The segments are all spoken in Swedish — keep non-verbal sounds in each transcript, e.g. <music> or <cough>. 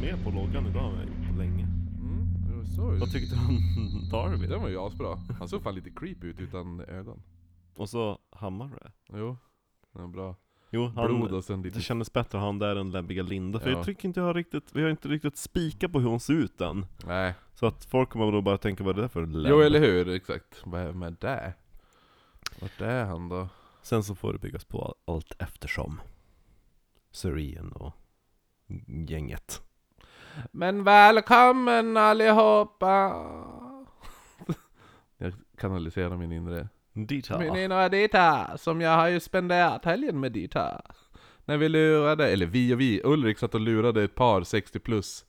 ner på loggan idag men på länge. Mm, så är Vad tyckte <laughs> du om Darby? Den var ju asbra. Han såg fan lite creepy ut utan ögon. Och så Hammarö. Jo, den är bra. Jo, Blod han, och sen <laughs> lite... det kändes bättre att ha han där än läbbiga Linda. För Ja. jag tycker inte jag har riktigt, vi har inte riktigt spikat på hur hon ser ut än. Nej. Så att folk kommer nog bara tänka vad är det där för läbb? Jo eller hur, exakt. Vad är med det? Vart är han då? Sen så får det byggas på allt eftersom. Syrien och gänget. Men välkommen allihopa! <laughs> Jag kanaliserar min inre... Dita. Min inre Dita! Som jag har ju spenderat helgen med Dita. När vi lurade, eller vi och vi, Ulrik satt och lurade ett par 60 plus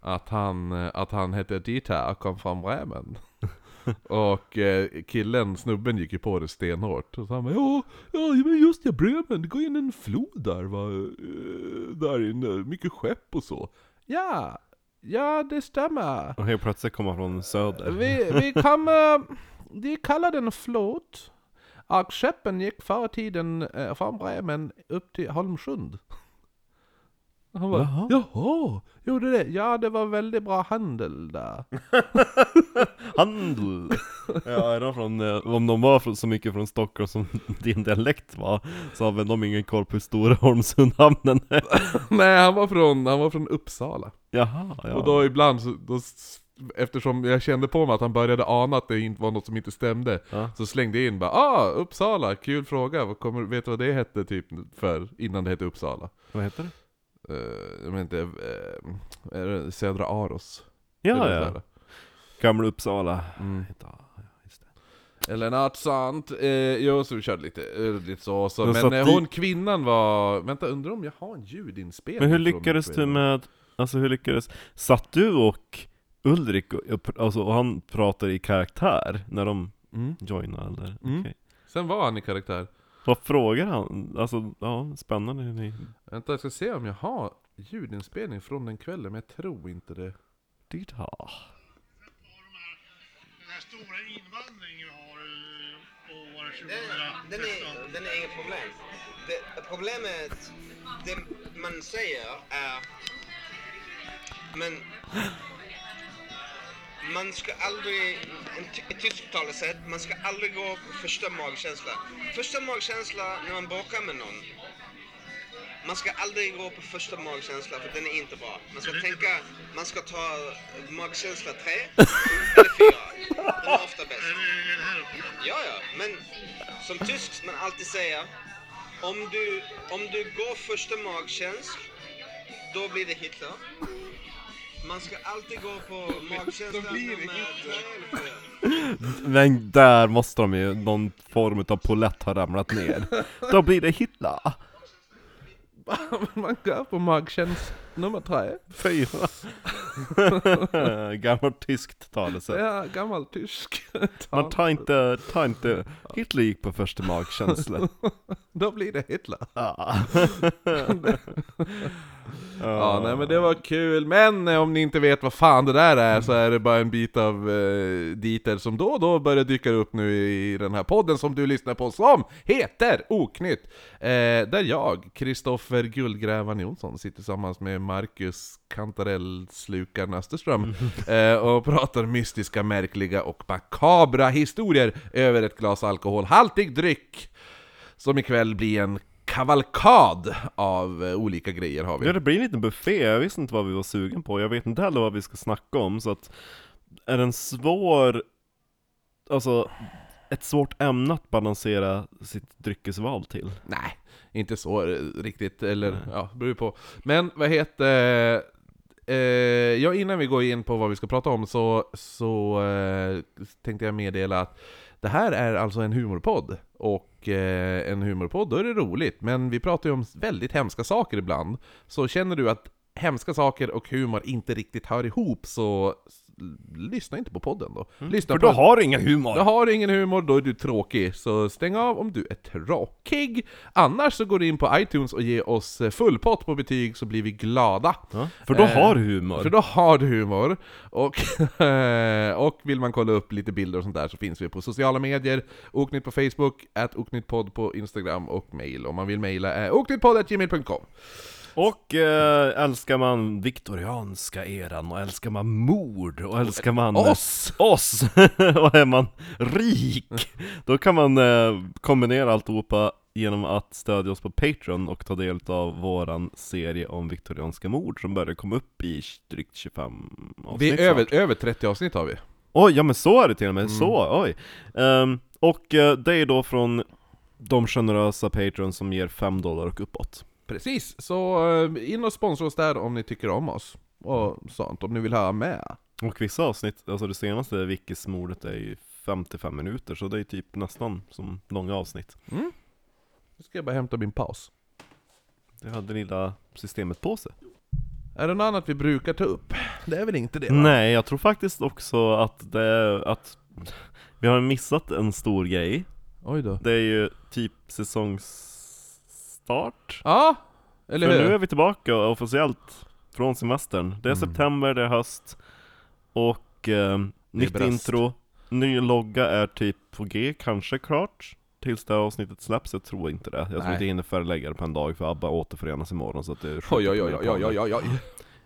att han, eh, att han hette Dita och kom från Bremen. och eh, killen, snubben gick ju på det stenhårt. Och så han bara, ja, ja men just ja, Bremen, det går in en flod där va, eh, där inne, mycket skepp och så. Ja, ja det stämmer. Och helt plötsligt kommer han från söder. Vi, vi kommer, de kallar den flåt. Och skeppen gick förr i tiden eh, från Bremen upp till Holmsund. Han bara, Jaha. jaha, gjorde det? Ja, det var väldigt bra handel där. <laughs> <laughs> Handel! Ja, är de från, eh, om de var från, så mycket från Stockholm som <laughs> din dialekt var, så har väl de ingen koll på hur stora Holmsundhamnen är. Nej, han var från, han var från Uppsala. Jaha, ja. Och då ibland, så, då, s- eftersom jag kände på mig att han började ana att det inte var något som inte stämde, Ja. så slängde jag in bara ah, Uppsala, kul fråga, vad kommer, vet du vad det hette typ för, innan det hette Uppsala? Vad heter det? Eh, jag vet inte, eh, är det Södra Aros? Ja, Är det ja. där? Gamla Uppsala. Mm. Ja, just det. Eller något sånt, eh, jo så vi körde lite, eh, lite så, så. Men men så att eh, di- hon kvinnan var, vänta undrar om jag har en ljudinspelning Men hur från lyckades du kvinnan? med, alltså hur lyckades, satt du och Ulrik och, och- alltså, och han pratar i karaktär när de Mm. joinar eller? Mm. Okej. Sen var han i karaktär, Vad frågar han? Alltså, ja, spännande hur ni... vänta jag ska se om jag har ljudinspelning från den kvällen, men jag tror inte det <laughs> Dyrt ha. Den här stora invandringen vi har eh, på år Den 2013. är, den är inget problem. Det, problemet, det man säger är... Men... Man ska aldrig, en ty- ett tysktalande sätt, man ska aldrig gå på första magkänsla. Första magkänsla när man bråkar med någon. Man ska aldrig gå på första magkänsla för den är inte bra. Man ska tänka, man ska ta magkänsla tre eller fyra. Den är ofta bäst. Är är det här uppe? Ja, ja, men som tysk som man alltid säger, om du, om du går första magkänsla, då blir det Hitler. Man ska alltid gå på magkänsla Då blir det nummer Hitler. tre eller fyra. Men där måste de ju, någon form av polett har ramlat ner. Då blir det Hitler! Man går på magkänsla nummer tre Fyra! <laughs> Gammalt tyskt talesätt. Ja, gammal tysk <laughs> Man tar inte, tar inte, Hitler gick på första magkänslan. Då blir det Hitler Ja. Ja, nej men det var kul. Men eh, om ni inte vet vad fan det där är så är det bara en bit av eh, Dieter som då och då börjar dyka upp nu i den här podden som du lyssnar på som heter Oknytt. Eh, där jag, Kristoffer Guldgrävan Jonsson, sitter tillsammans med Marcus Kantarell-slukaren Österström eh, och pratar mystiska, märkliga och makabra historier över ett glas alkoholhaltig dryck som ikväll blir en kavalkad av eh, olika grejer har <laughs> vi. Ja det blir en liten buffé, jag visste inte vad vi var sugen på, jag vet inte heller vad vi ska snacka om så att Är den svår, alltså ett svårt ämne att balansera sitt dryckesval till? Nej, inte så eh, riktigt, eller ja, beror ju på. Men vad heter... Eh, ja, innan vi går in på vad vi ska prata om så, så eh, tänkte jag meddela att det här är alltså en humorpodd. Och eh, en humorpodd, då är det roligt. Men vi pratar ju om väldigt hemska saker ibland. Så känner du att hemska saker och humor inte riktigt hör ihop så s- lyssna inte på podden då. Lyssna Mm. För på då har du ingen humor! då har du ingen humor, då är du tråkig. Så stäng av om du är tråkig. Annars så går du in på iTunes och ger oss eh, full pott på betyg så blir vi glada. Ja, för då Eh, har du humor! För då har du humor. Och, <laughs> eh, och vill man kolla upp lite bilder och sånt där så finns vi på sociala medier. Oknytt på eh, Facebook, at oknyttpodd på Instagram och mail. Om man vill mejla är oknyttpodd.gmail.com. Och eh, älskar man viktorianska eran och älskar man mord och älskar man eh, Oss! oss <laughs> och är man rik då kan man eh, kombinera alltihopa genom att stödja oss på Patreon och ta del av våran serie om viktorianska mord som börjar komma upp i drygt 25 Vi avsnitt är snart. över, över 30 avsnitt har vi. Oj, ja men så är det till och med, Mm. så, oj! Ehm, och eh, det är då från de generösa Patreons som ger 5 dollar och uppåt. Precis, så eh, in och sponsra oss där om ni tycker om oss. Och sånt, om ni vill höra med. Och vissa avsnitt, alltså det senaste Vickis-mordet är ju 55 minuter, så det är typ nästan som långa avsnitt. Nu ska jag bara hämta min paus. Det hade lilla systemet på sig. Är det något annat vi brukar ta upp? Det är väl inte det? va? Nej, jag tror faktiskt också att det, att <laughs> vi har missat en stor grej. Oj då. Det är ju typ säsongsstart. Ja, eller För hur? nu är vi tillbaka officiellt från semestern. Det är Mm. september, det är höst och eh, nytt bröst. intro. Ny logga är typ på G, kanske klart. Tills det här avsnittet släpps, jag tror inte det. Jag tror Nej. inte jag hinner förelägga det på en dag för ABBA återförenas imorgon så att det är skjutet Oj, oj, på oj, mina oj, oj, planer. oj, oj,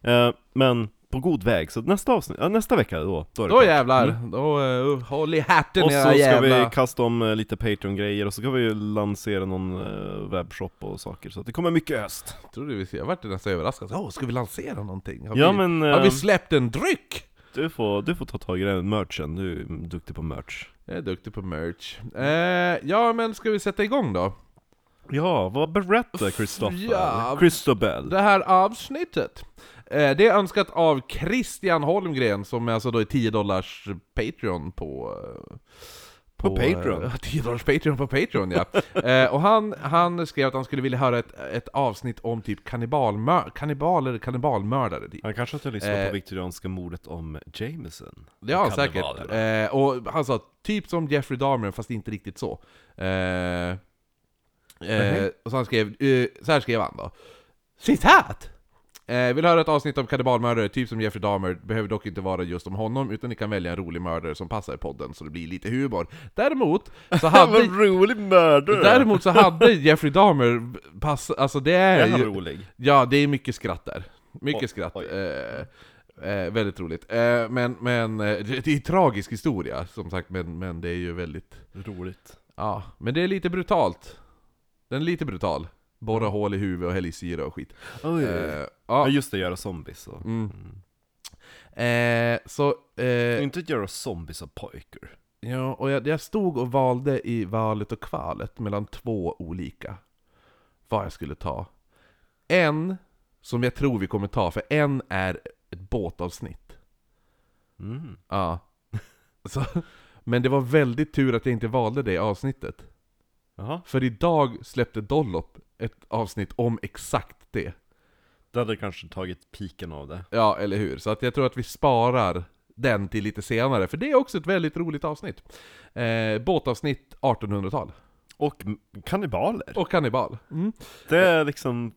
oj. Eh, Men på god väg, så nästa avsnitt, ja, nästa vecka då, då är det Då klart. jävlar, då uh, håll i hatten Och så era ska jävla... vi kasta om eh, lite Patreon-grejer och så ska vi ju lansera någon eh, webbshop och saker så att det kommer mycket höst. Tror du vi ser, jag vart nästan överraskad. Åh, ska vi lansera någonting? Har, Ja, vi, men, har vi eh, släppt en dryck? Du får, du får ta tag i den merchen, du är duktig på merch. Jag är duktig på merch. Eh, ja, men ska vi sätta igång då? Ja, vad berättar Kristoffer? Ja. Christobel. Det här avsnittet, eh, det är önskat av Christian Holmgren som är alltså då är 10 dollars Patreon på... eh, På Patreon? eh, 10 dollars Patreon på <laughs> Patreon ja. eh, och han, han skrev att han skulle vilja höra ett, ett avsnitt om typ kannibalmör, kannibaler, kannibalmördare typ. Han kanske inte lyssnar Eh. på viktorianska mordet om Jameson? Det har han säkert. Kannibaler. Eh, och han sa typ som Jeffrey Dahmer fast inte riktigt så. Eh, eh, och så, han skrev, eh, så här skrev han då. Citat! Eh, vill höra ett avsnitt om kannibalmördare, typ som Jeffrey Dahmer, behöver dock inte vara just om honom, utan ni kan välja en rolig mördare som passar i podden, så det blir lite humor. Däremot så hade, Vad rolig mördare! däremot så hade Jeffrey Dahmer, pass, alltså det är, är han ju, rolig? Ja, det är mycket skratt där. Mycket Oj, skratt. oj. Eh, eh, väldigt roligt. Eh, men men eh, det, det är ju tragisk historia, som sagt, men, men det är ju väldigt... Roligt. Ja, men det är lite brutalt. Den är lite brutal. Borra hål i huvudet och häll i syra och skit. Mm. Oj. Eh, Ja ja. just det, göra zombies och... Mm. Eh, så... Eh, Inte göra zombies av pojkar. Ja, och jag, jag stod och valde i valet och kvalet mellan två olika. Vad jag skulle ta. En, som jag tror vi kommer ta, för en är ett båtavsnitt. Mm. Ja. <laughs> Så, men det var väldigt tur att jag inte valde det avsnittet. Jaha, För idag släppte Dollop ett avsnitt om exakt det. det hade kanske tagit piken av det. Ja, eller hur? Så att jag tror att vi sparar den till lite senare, för det är också ett väldigt roligt avsnitt. Eh, båtavsnitt 1800-tal. Och m- kannibaler. Och kannibal. Mm. Det är liksom...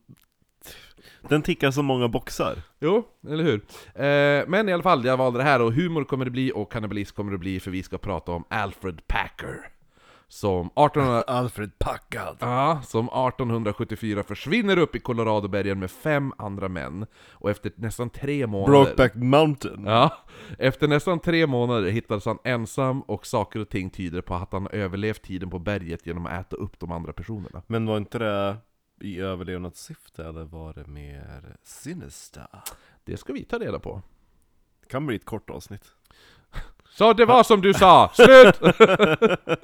Den tickar så många boxar. Jo, eller hur? Eh, men i alla fall, jag valde det här och humor kommer det bli och kannibalism kommer det bli för vi ska prata om Alfred Packer. Som 1800... Alfred Packard. Ja, som 1874 försvinner upp i Coloradobergen med fem andra män. Och efter nästan tre månader... Brokeback Mountain. Ja, efter nästan tre månader hittades han ensam och saker och ting tyder på att han har överlevt tiden på berget genom att äta upp de andra personerna. Men var inte det i överlevnadssyfte eller var det mer sinister? Det ska vi ta reda på. Det kan bli ett kort avsnitt. Så det var som <laughs> du sa! Slut!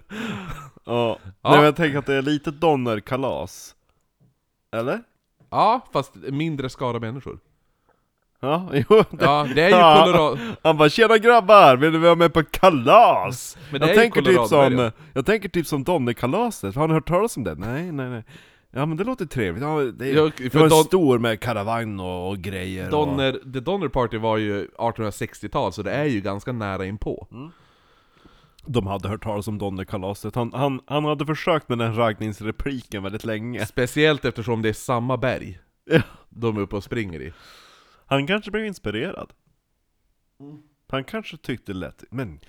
Ja. Ja. Nej, men jag tänker att det är lite donnerkalas. Eller? Ja, fast mindre skada människor. Ja, <laughs> jo. Det... Ja, det är <laughs> ju Ja. Colorado... Han bara 'Tjena grabbar, vill ni vara med på kalas?' Men det är jag, ju tänker typ som, Coloradobergen. jag tänker typ som Donnerkalaset, har ni hört talas om det? Nej, nej, nej. Ja men det låter trevligt, ja, det, Ja, det för var en Don- stor med karavagn och, och grejer och... Donner, The Donner Party var ju 1860-tal, så det är ju ganska nära inpå. Mm. De hade hört talas om Donnerkalaset, han, han, han hade försökt med den raggningsrepliken väldigt länge Speciellt eftersom det är samma berg Ja. de är uppe och springer i. Han kanske blev inspirerad. Mm. Han kanske tyckte det lät, men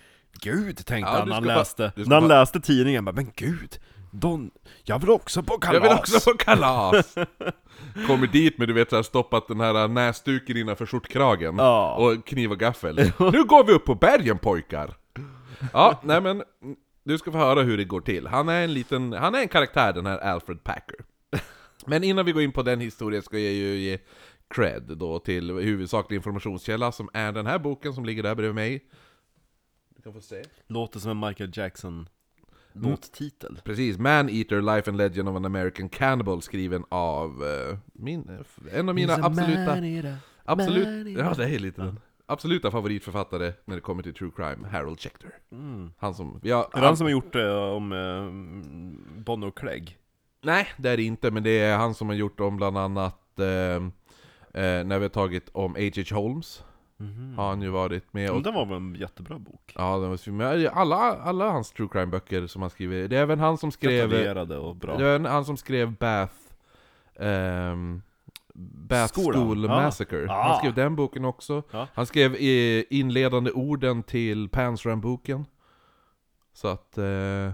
gud tänkte Ja, han du när han ska bara- läste, du ska när han bara- läste tidningen, bara, men gud, Don, jag vill också på kalas! Jag vill också på kalas! <laughs> Kommer dit med du vet såhär stoppat den här äh, näsduken innanför skjortkragen Ja. och kniv och gaffel. <laughs> nu går vi upp på bergen pojkar! Ja, nej men du ska få höra hur det går till. Han är en liten, han är en karaktär den här <laughs> Alfred Packer. Men innan vi går in på den historien ska jag ju ge cred då till huvudsaklig informationskälla som är den här boken som ligger där bredvid mig. Du kan få se. Låter som en Michael Jackson Mm. låttitel. Precis, Man-Eater, Life and Legend of an American Cannibal skriven av eh, min, en av mina absoluta, absolut, ja, det är lite den. absoluta favoritförfattare när det kommer till true crime, Harold Schechter. Han som, ja, Mm. Är det han som har gjort det om eh, Bonnie och Clegg? nej det är det inte, men det är han som har gjort om bland annat eh, eh, när vi har tagit om H.H. Holmes, Mhm. har han ju varit med Men och Den var väl en jättebra bok? Ja, den var så- men alla, alla hans true crime-böcker som han skriver, det är även han som skrev... Detaljerade och Det bra. var en- han som skrev Bath... ehm, Bath Skolan. School Ja. Massacre. Ah. Han skrev den boken också. Ja. Han skrev eh, inledande orden till Pansram-boken. Så att... Eh,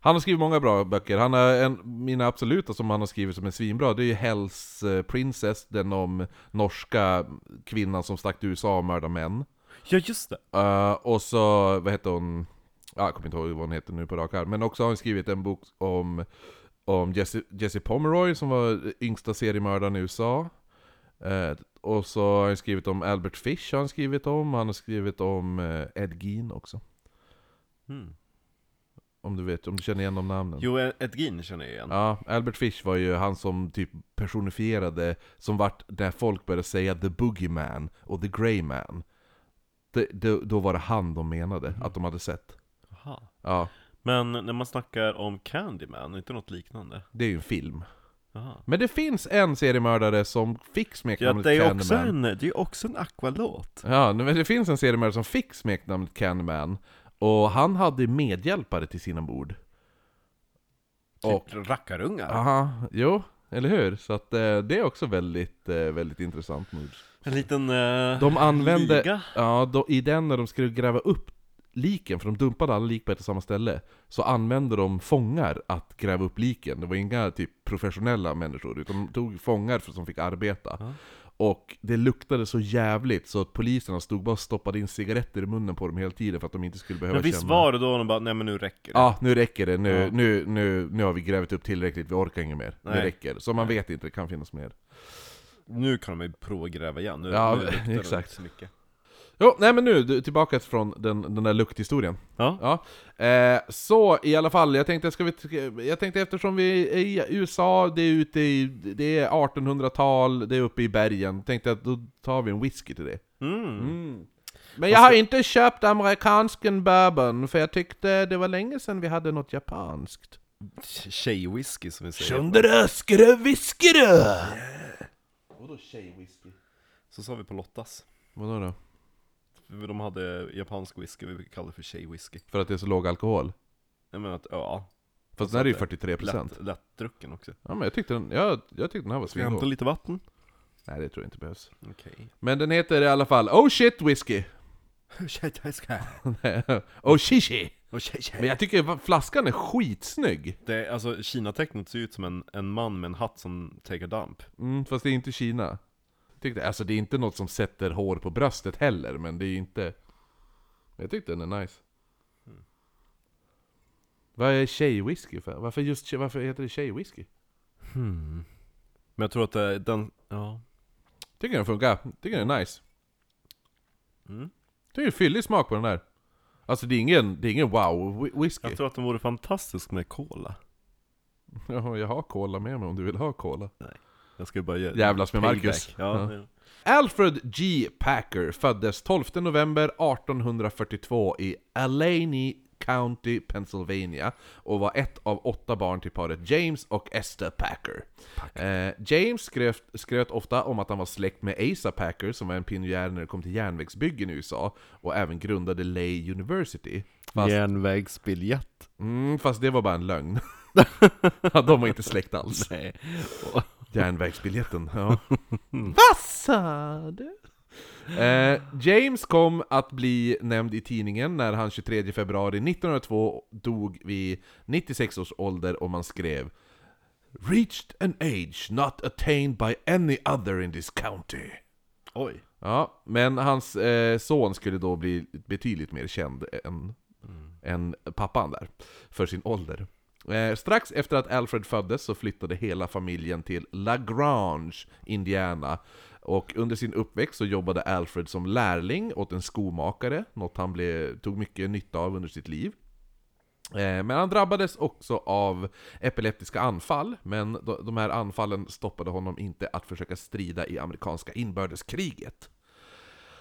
han har skrivit många bra böcker. Han har en, mina absoluta som han har skrivit som är svinbra, det är ju Hells eh, Princess, den om norska kvinnan som stack till USA och mördade män. Ja just det! Eh, och så, vad heter hon? Ja, jag kommer inte ihåg vad hon heter nu på rak arm. Men också har hon skrivit en bok om, om Jesse, Jesse Pomeroy som var yngsta seriemördaren i USA. Eh, och så har han skrivit om Albert Fish, har han skrivit om. Han har skrivit om eh, Ed Gein också. Mm. Om du vet, om du känner igen de namnen. Jo, Ed Gein känner jag igen. Ja, Albert Fish var ju han som typ personifierade, som vart där folk började säga the boogeyman och the grey man. Det, det, då var det han de menade Mm. att de hade sett. Aha. Ja, Men när man snackar om Candyman, inte något liknande? det är ju en film. Aha. Men det finns en seriemördare som fick Ja, smeknamnet det är också Candyman. en, det är också en Aqualåt. Ja, men det finns en seriemördare som fick smeknamnet Candyman. Och han hade medhjälpare till sina mord. Och- Typ rackarungar. Aha, jo, eller hur? Så att eh, det är också väldigt, eh, väldigt intressant mord. En liten eh, De använde, liga. ja, då, i den när de skulle gräva upp liken, för de dumpade alla lik på ett och samma ställe, så använde de fångar att gräva upp liken. Det var inga typ professionella människor, utan de tog fångar för, som fick arbeta. Och det luktade så jävligt så att poliserna stod bara och stoppade in cigaretter i munnen på dem hela tiden för att de inte skulle behöva Men visst känna... var det då de bara, nej men nu räcker det. Ja, nu räcker det. Nu, Ja. nu, nu, nu har vi grävt upp tillräckligt, vi orkar inget mer. Nej. Det räcker. Så man vet inte, det kan finnas mer. Nu kan de ju prova att gräva igen. Nu, Ja, nu luktar det exakt. inte så mycket. Jo, nej men nu, du- tillbaka från den, den där lukthistorien. Ja. Ja, eh, så i alla fall, jag tänkte, ska vi, jag tänkte eftersom vi är i USA, det är ute i, det är 1800-tal, det är uppe i bergen, tänkte jag att då tar vi en whisky till det. Mm. Men Alltså- jag har inte köpt amerikansken bourbon, för jag tyckte det var länge sedan vi hade något japanskt. Tjejwhisky som vi säger. Sjunderöskere whiskere! Vadå tjejwhisky? Så sa vi på Lottas. Vadå då? De hade japansk whisky, vi kallade det för tjejwhisky. För att det är så låg alkohol? Jag menar att, ja, Fast den här är ju 43%. lätt, lättdrucken också. Ja men jag tyckte den, jag, jag tyckte den här var Ska jag hämta svingod. lite vatten? Nej det tror jag inte behövs. <laughs> Okej. Men den heter i alla fall Oh Shit Whiskey! <laughs> Tjejwhisky. oh Shishi! <laughs> Och tjej, tjej. Men jag tycker flaskan är skitsnygg! Det, är- alltså Kina-tecknet ser ut som en, en man med en hatt som take a dump. Mm, fast det är inte Kina. Tyckte, alltså det är inte något som sätter hår på bröstet heller, men det är ju inte... Jag tyckte den är nice. Vad är tjejwhisky för? Varför, just, varför heter det tjejwhisky? Men jag tror att eh, den, ja. Tycker den funkar, tycker den är nice. Mm. Tycker det är fyllig smak på den där. Alltså det är ingen, det är ingen wow-whisky. Jag tror att den vore fantastisk med cola. Ja, <laughs> jag har cola med mig om du vill ha cola. Jag ska börja Jävlas med payback. Marcus. Ja, Ja. ja. Alfred G. Packer föddes 12 november 1842 i Allegheny County, Pennsylvania och var ett av åtta barn till paret James och Esther Packer. Eh, James skrev, skröt ofta om att han var släkt med Asa Packer som var en pionjär när det kom till järnvägsbyggen i USA och även grundade Lay University. <laughs> Fast, Järnvägsbiljett. mm, fast det var bara en lögn. <laughs> Ja, De var inte släkt alls. Nej. Järnvägsbiljetten, ja. Vad sa du? Eh, James kom att bli nämnd i tidningen när han 23 februari 1902 dog vid 96 års ålder och man skrev Reached an age not attained by any other in this county. <laughs> Oj. Ja, men hans eh, son skulle då bli betydligt mer känd än, än pappan där, för sin ålder. Eh, strax efter att Alfred föddes så flyttade hela familjen till LaGrange, Indiana. Och under sin uppväxt så jobbade Alfred som lärling åt en skomakare, något han blev, tog mycket nytta av under sitt liv. Eh, Men han drabbades också av epileptiska anfall, men de de här anfallen stoppade honom inte att försöka strida i amerikanska inbördeskriget.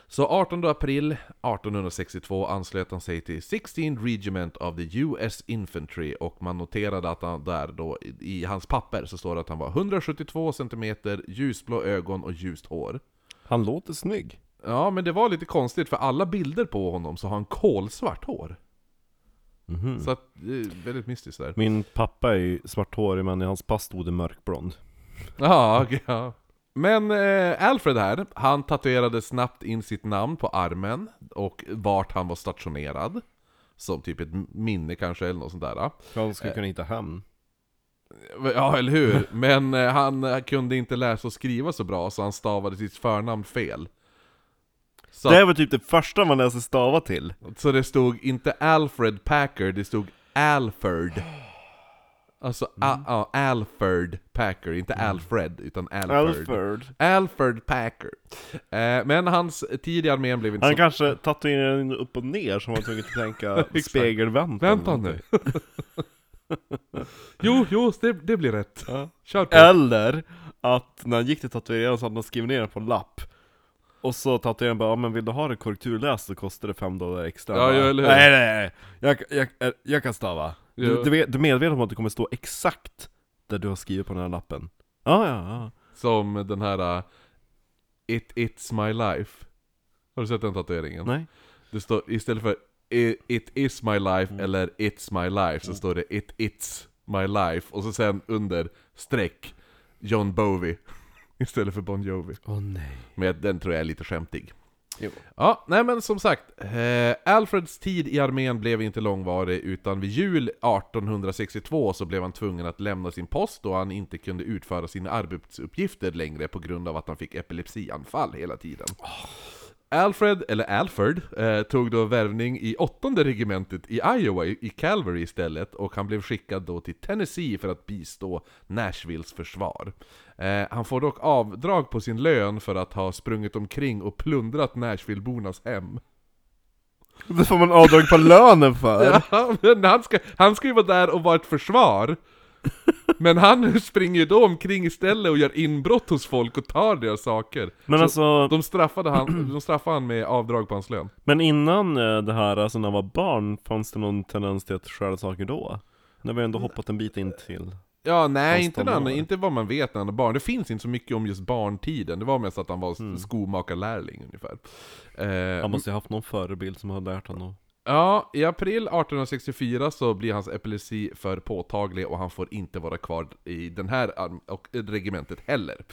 Så 18 april 1862 anslöt han sig till 16 Regiment of the US Infantry och man noterade att han där då, i- i hans papper så står det att han var 172 cm, ljusblå ögon och ljust hår. Han låter snygg. Ja, men det var lite konstigt för alla bilder på honom så har han kolsvart hår. Så att, det är väldigt mystiskt där. Mhm. Min pappa är ju svarthårig men i hans pass stod det mörkblond. Ja, okej, ja. Men eh, Alfred här, han tatuerade snabbt in sitt namn på armen och vart han var stationerad. Som typ ett minne kanske eller något sånt där. Han Eh, skulle kunna hitta hem. Ja, eller hur? Men eh, han eh, kunde inte läsa och skriva så bra så han stavade sitt förnamn fel. Så, Det är väl typ det första man läser stava till. så det stod inte Alfred Packer, det stod Alfred. Alltså, Mm. a- ja, Alfred Packer, inte Alfred, utan Alfred. Alfred Packer. Eh, men hans tid i armén blev inte Han så... kanske tatuerade den upp och ner som han tvungen att <laughs> tänka spegelvänt. eller Vänta nu. <laughs> någonting. jo, jo, det, det blir rätt. Kör på. Eller att när han gick till tatueraren så hade han skrivit ner den på en lapp. Och så tatueraren bara, "Ja, men vill du ha det korrekturläst så kostar det fem dollar extra. Ja, Han bara, ja, eller hur? Nej, nej, nej. Jag, jag, jag, eh, jag kan stava. Ja. Du, du, vet- du är medveten om att det kommer stå exakt där du har skrivit på den här lappen? Ja, ja, ja. Som den här... eh, It, it's my life. Har du sett den tatueringen? Nej. Det står istället för i- It is my life eller It's my life så står det It it's my life. Och så sen under streck John Bowie. <laughs> Istället för Bon Jovi. Åh nej. Men den tror jag är lite skämtig. Ja, nej men som sagt. Eh, Alfreds tid i armén blev inte långvarig, utan vid jul 1862 så blev han tvungen att lämna sin post då han inte kunde utföra sina arbetsuppgifter längre på grund av att han fick epilepsianfall hela tiden. Alfred, eller Alfred, eh, tog då värvning i åttonde regementet i Iowa, i i Calvary istället, och han blev skickad då till Tennessee för att bistå Nashvilles försvar. Eh, han får dock avdrag på sin lön för att ha sprungit omkring och plundrat Nashvillebornas hem. <laughs> Det får man avdrag på lönen för! <laughs> Ja, men han, ska, han ska ju vara där och vara ett försvar. Men han <laughs> springer ju då omkring istället och gör inbrott hos folk och tar deras saker. Men Så alltså, de, straffade han, de straffade han med avdrag på hans lön. men innan eh, det här, alltså när man var barn, fanns det någon tendens till att stjäla saker då? När vi Mm. ändå hoppat en bit in till... Ja, nej, Hans inte, när han, tonår. inte vad man vet när han är barn. Det finns inte så mycket om just barntiden. Det var mest att han var skomakarlärling ungefär. Eh, Mm. Han måste ju haft någon förebild som har lärt honom. Ja, i april 1864 så blir hans epilepsi för påtaglig och han får inte vara kvar i den här arm- och regementet heller.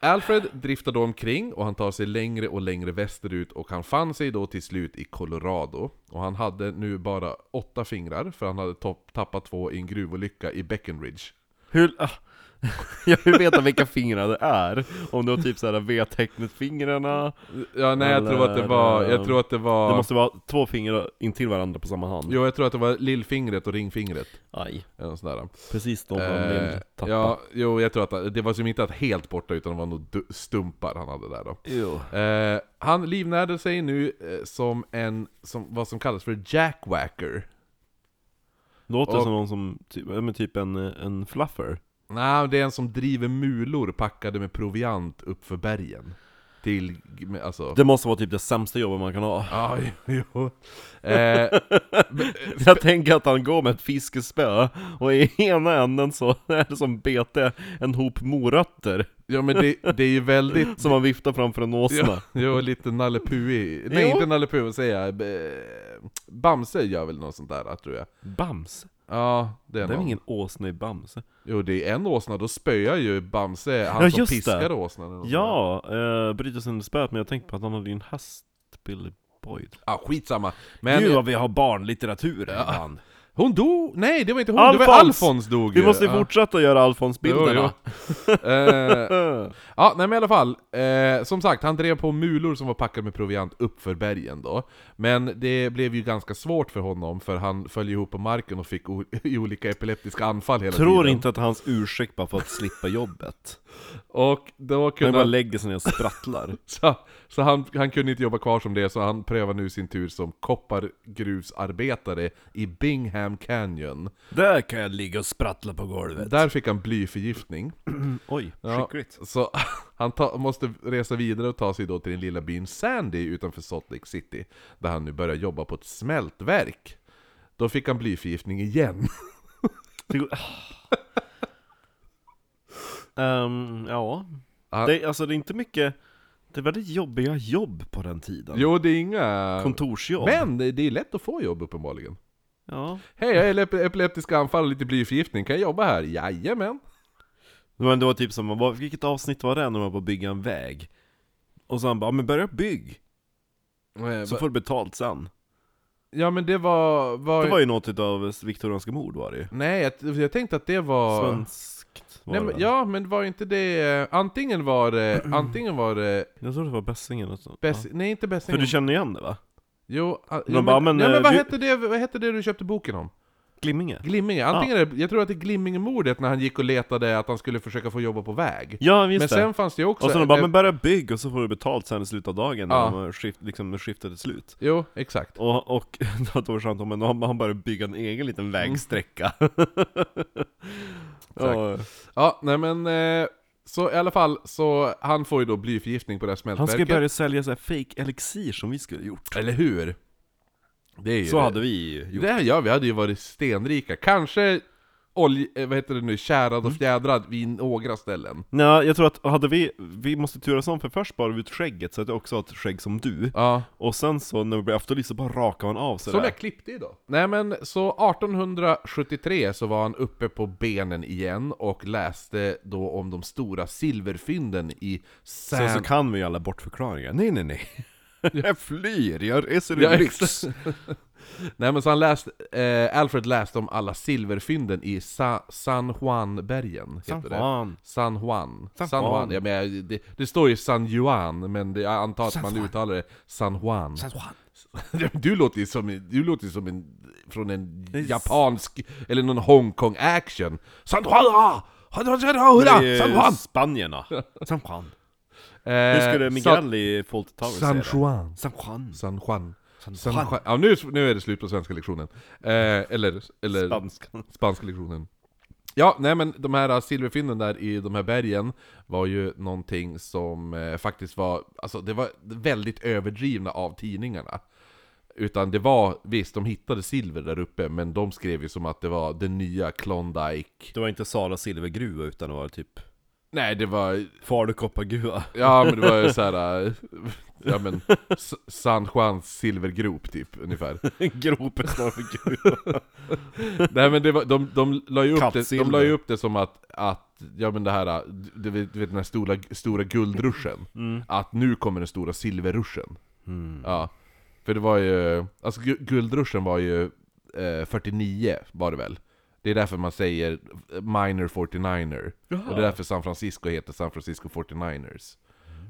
Alfred driftar då omkring och han tar sig längre och längre västerut och han fann sig då till slut i Colorado. Och han hade nu bara åtta fingrar för han hade topp- tappat två i en gruvolycka i Beckenridge. Hur... Ah. <laughs> Jag vill veta vilka fingrar det är. Om det var typ såhär V-tecknet fingrarna. Ja, nej jag tror att det var... Jag tror att det var... eh, Det måste vara två fingrar intill varandra på samma hand. Jo, jag tror att det var lillfingret och ringfingret. Aj. Eller något sånt där. Precis de han Eh, vill tappa. ja, jo jag tror att det var som inte att helt borta utan det var nog du- stumpar han hade där då. Jo. Eh, han livnärde sig nu eh, som en, som, vad som kallas för jackwacker. Låter Och- som någon som, typ, ja, men typ en, en fluffer. Nej, det är en som driver mulor packade med proviant uppför bergen. Till, med- alltså... Det måste vara typ det sämsta jobbet man kan ha. <laughs> Ja, jo. jo. Eh, Jag tänker att han går med ett fiskespö, och i ena änden så <laughs> är det som bete en hop morötter ja men det, det är ju väldigt som han viftar framför en åsna. Ja, <laughs> jo, lite Nalle Puh i- Nej, Jo. inte Nalle Puh, vad säger jag? B- Bamse gör väl något sånt där, tror jag. Bams. Ja, det är Det är någon. väl ingen åsna i Bamse? Jo, det är en åsna, då spöar ju Bamse han Ja, som just det. piskar åsnan. eller något sånt Ja, eh, bryter sönder spöet, men jag tänkte på att han hade ju en häst, Billy Boyd. där. Ah, skitsamma. Men Gud vad vi har barnlitteratur ibland! hon dog! Nej, det var inte hon, det var Alfons! Alfons dog Vi ju. måste ju Ja. fortsätta göra Alfons-bilderna! Eh, ja, nej men i alla fall. Eh, som sagt, han drev på mulor som var packade med proviant uppför bergen då. Men det blev ju ganska svårt för honom, för han föll ju ihop på marken och fick o- <laughs> i olika epileptiska anfall hela Tror tiden. inte att hans ursäkt bara för att slippa <laughs> jobbet. Och då Han kunde bara han, lägger sig ner och sprattlar. så, så han, han kunde inte jobba kvar som det, så han prövar nu sin tur som koppargruvsarbetare i Bingham Canyon. <laughs> Där kan jag ligga och sprattla på golvet. Där fick han blyförgiftning. Oj, Ja, skickligt. Så <laughs> han ta, måste resa vidare och ta sig då till den lilla byn Sandy utanför Salt Lake City, där han nu börjar jobba på ett smältverk. Då fick han blyförgiftning igen. Det går... <sighs> Ehm, ja. Ja. Det, alltså det är inte mycket... Det är väldigt jobbiga jobb på den tiden. <laughs> Jo, det är inga... Kontorsjobb. Men det, det är lätt att få jobb uppenbarligen. Ja. Hej, jag har elep- epileptiska anfall och lite blyförgiftning, kan jag jobba här? Jajamän! Men det var typ som, vad- vilket avsnitt var det när de var på att bygga en väg? Och så han bara, "Ja, men börja bygg! Eh, Så va- får du betalt sen. Ja men det var... var... Det var ju något utav viktorianska mord var det ju. Nej, jag, jag tänkte att det var... Svenskt var Nej, det men, väl? ja, men var inte det... Antingen <clears throat> var det... Antingen var det... Jag tror det var Bessingen och sånt. Bäst... Nej, inte bäst Ja. För du känner igen det va? Jo, a- De ja, bara, men, men, nej, eh, men vad, du- hette det, vad hette det du köpte boken om? Glimminge? Glimminge, antingen är det, jag tror att det är Glimmingemordet när han gick och letade att han skulle försöka få jobba på väg. Ja, just men det. sen fanns det ju också... och så de bara, eh, men börja bygg och så får du betalt sen i slutet av dagen Ja. när de har skift, liksom, när skiftet är slut. Jo, exakt. Och, och <laughs> då var Jean men han, han började bygga en egen Mm. liten vägsträcka. <laughs> Ja. Ja, nej men... eh, Så i alla fall, så han får ju då blyförgiftning på det han här smältverket. skulle börja sälja så här fake elixir som vi skulle gjort. Eller hur? Det är ju Så hade vi gjort. Det här gör vi, hade ju varit stenrika. Kanske olj... eh, Vad heter det nu? Tjärad och Mm. fjädrad vid några ställen. Nej, jag tror att hade vi, vi måste turas om för först bar vi ut skägget så att jag också har ett skägg som du. Ja. Och sen så när vi blev efterlyst så bara rakade man av sig Som där. jag klippte idag. Nej men så 1873 så var han uppe på benen igen och läste då om de stora silverfynden i San... Sen så kan vi ju alla bortförklaringar. Nej, nej, nej. <laughs> Jag flyr, jag reser Ja, i exakt. lyx. <laughs> Nej men så han läste, eh, Alfred läste om alla silverfynden i Sa, San Juan-bergen. heter San det. Juan. San Juan. San San Juan. Juan. Ja, men jag- det, det står ju San Juan, men det, jag antar att San man Juan. uttalar det San Juan. Du låter ju som, en- du låter ju som en, från en är s- japansk, eller någon Hongkong-action. San Juan! Det Hurra! är San Juan! Spanierna. San Juan. Eh, Hur skulle San- Miguel i Fawlty Towers San säga det? Juan. San Juan. San Juan. San San Juan. Juan. Ja, nu, nu är det slut på svenska lektionen. Eh, eller, eller Spanskan. spanska lektionen. Ja, nej men de här eh, silverfynden där i de här bergen var ju någonting som eh, faktiskt var, alltså det var väldigt överdrivna av tidningarna. Utan det var, visst de hittade silver där uppe, men de skrev ju som att det var den nya Klondike. Det var inte Sala silvergruva utan det var typ Nej, det var, <laughs> Falukoppargruva. ja men det var ju såhär, eh, ja men, S- San Juans silvergrop typ, ungefär. Gropen står för <laughs> gruva. Nej men det var, de, de, la ju upp det, de Kattsilver. la ju upp det som att, att ja men det här, äh, du vet, du vet den här stora, stora guldruschen. Att nu kommer den stora silverruschen. Ja. För det var ju, alltså gu- guldruschen var ju eh, 49 var det väl? Det är därför man säger minor 49er. Och det är därför San Francisco heter San Francisco 49ers.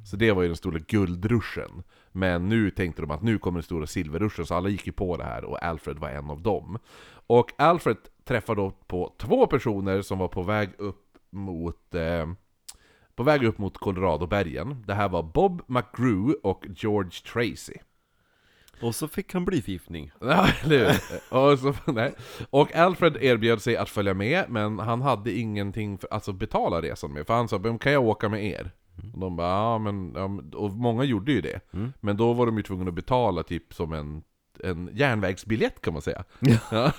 Så det var ju den stora guldruschen. Men nu tänkte de att nu kommer den stora silverruschen, så alla gick ju på det här och Alfred var en av dem. Och Alfred träffade då på två personer som var på väg upp mot eh, på väg upp mot Coloradobergen. Det här var Bob McGrew och George Tracy. Och så fick han blyförgiftning. Ja, eller hur? och, så, nej. och Alfred erbjöd sig att följa med, men han hade ingenting för, alltså betala resan med. För han sa "Men 'Kan jag åka med er?' Och de bara ja, men, ja, men-" Och många gjorde ju det. Men då var de ju tvungna att betala typ som en, en järnvägsbiljett kan man säga. Ja.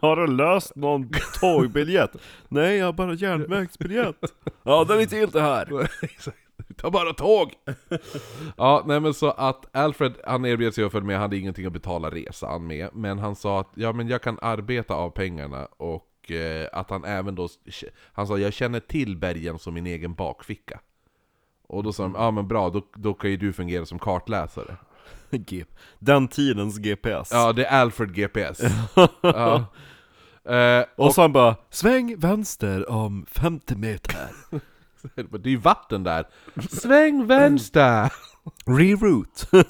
Har du löst <laughs> någon tågbiljett? Nej, jag har bara järnvägsbiljett. Ja, den är inte giltig här. Exakt. Ta bara tåg! <laughs> ja, nej men så att Alfred, han erbjöd sig att följa med, han hade ingenting att betala resan med. Men han sa att, ja men jag kan arbeta av pengarna och eh, att han även då, han sa jag känner till bergen som min egen bakficka. Och då sa de, ja men bra, då, då kan ju du fungera som kartläsare. G- Den tidens GPS. Ja, det är Alfred <laughs> GPS. ja. Eh, och, så han bara, sväng vänster om 50 meter. det är ju vatten där. Sväng vänster! Reroute.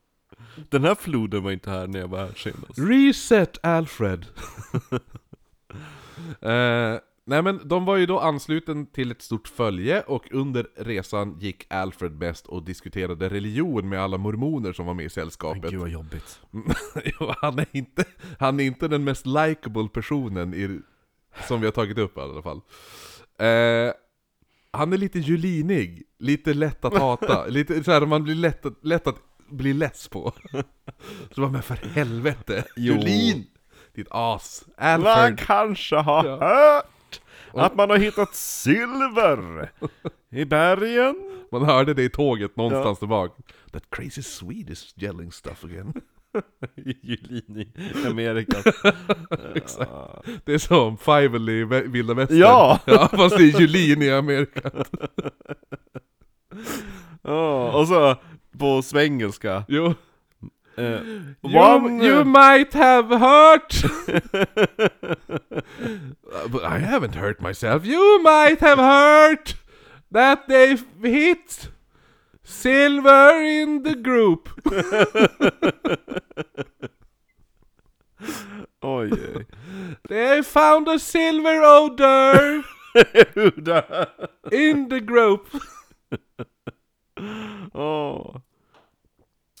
<laughs> Den här floden var inte här när jag var här senast. Reset Alfred! <laughs> eh, nej men de var ju då ansluten till ett stort följe och under resan gick Alfred bäst och diskuterade religion med alla mormoner som var med i sällskapet. Gud vad jobbigt. <laughs> Jo, han, är inte, han är inte den mest likable personen i, som vi har tagit upp i alla fall. Eh, han är lite julinig, lite lätt <laughs> att hata, lite så här, man blir lätt, att- lätt att bli less på. Så bara, men för helvete! Jo. Julin! Ditt as! Man Alfred! kanske har Ja. hört att man har hittat <laughs> silver i bergen. Man hörde det i tåget någonstans tillbaka. That crazy Swede is yelling stuff again. Julin i Amerika. Exakt. Det är som Fivel i Vä- Vilda Västern. Ja. <laughs> ja! Fast det är Julin i Amerika. Ja, och så på svengelska. Jo. Eh, You, one, you might have hurt. <laughs> But I haven't hurt myself. You might have hurt that they hit silver in the group. <laughs> Oj, oj. They found a silver odor Huda. in the group. Åh.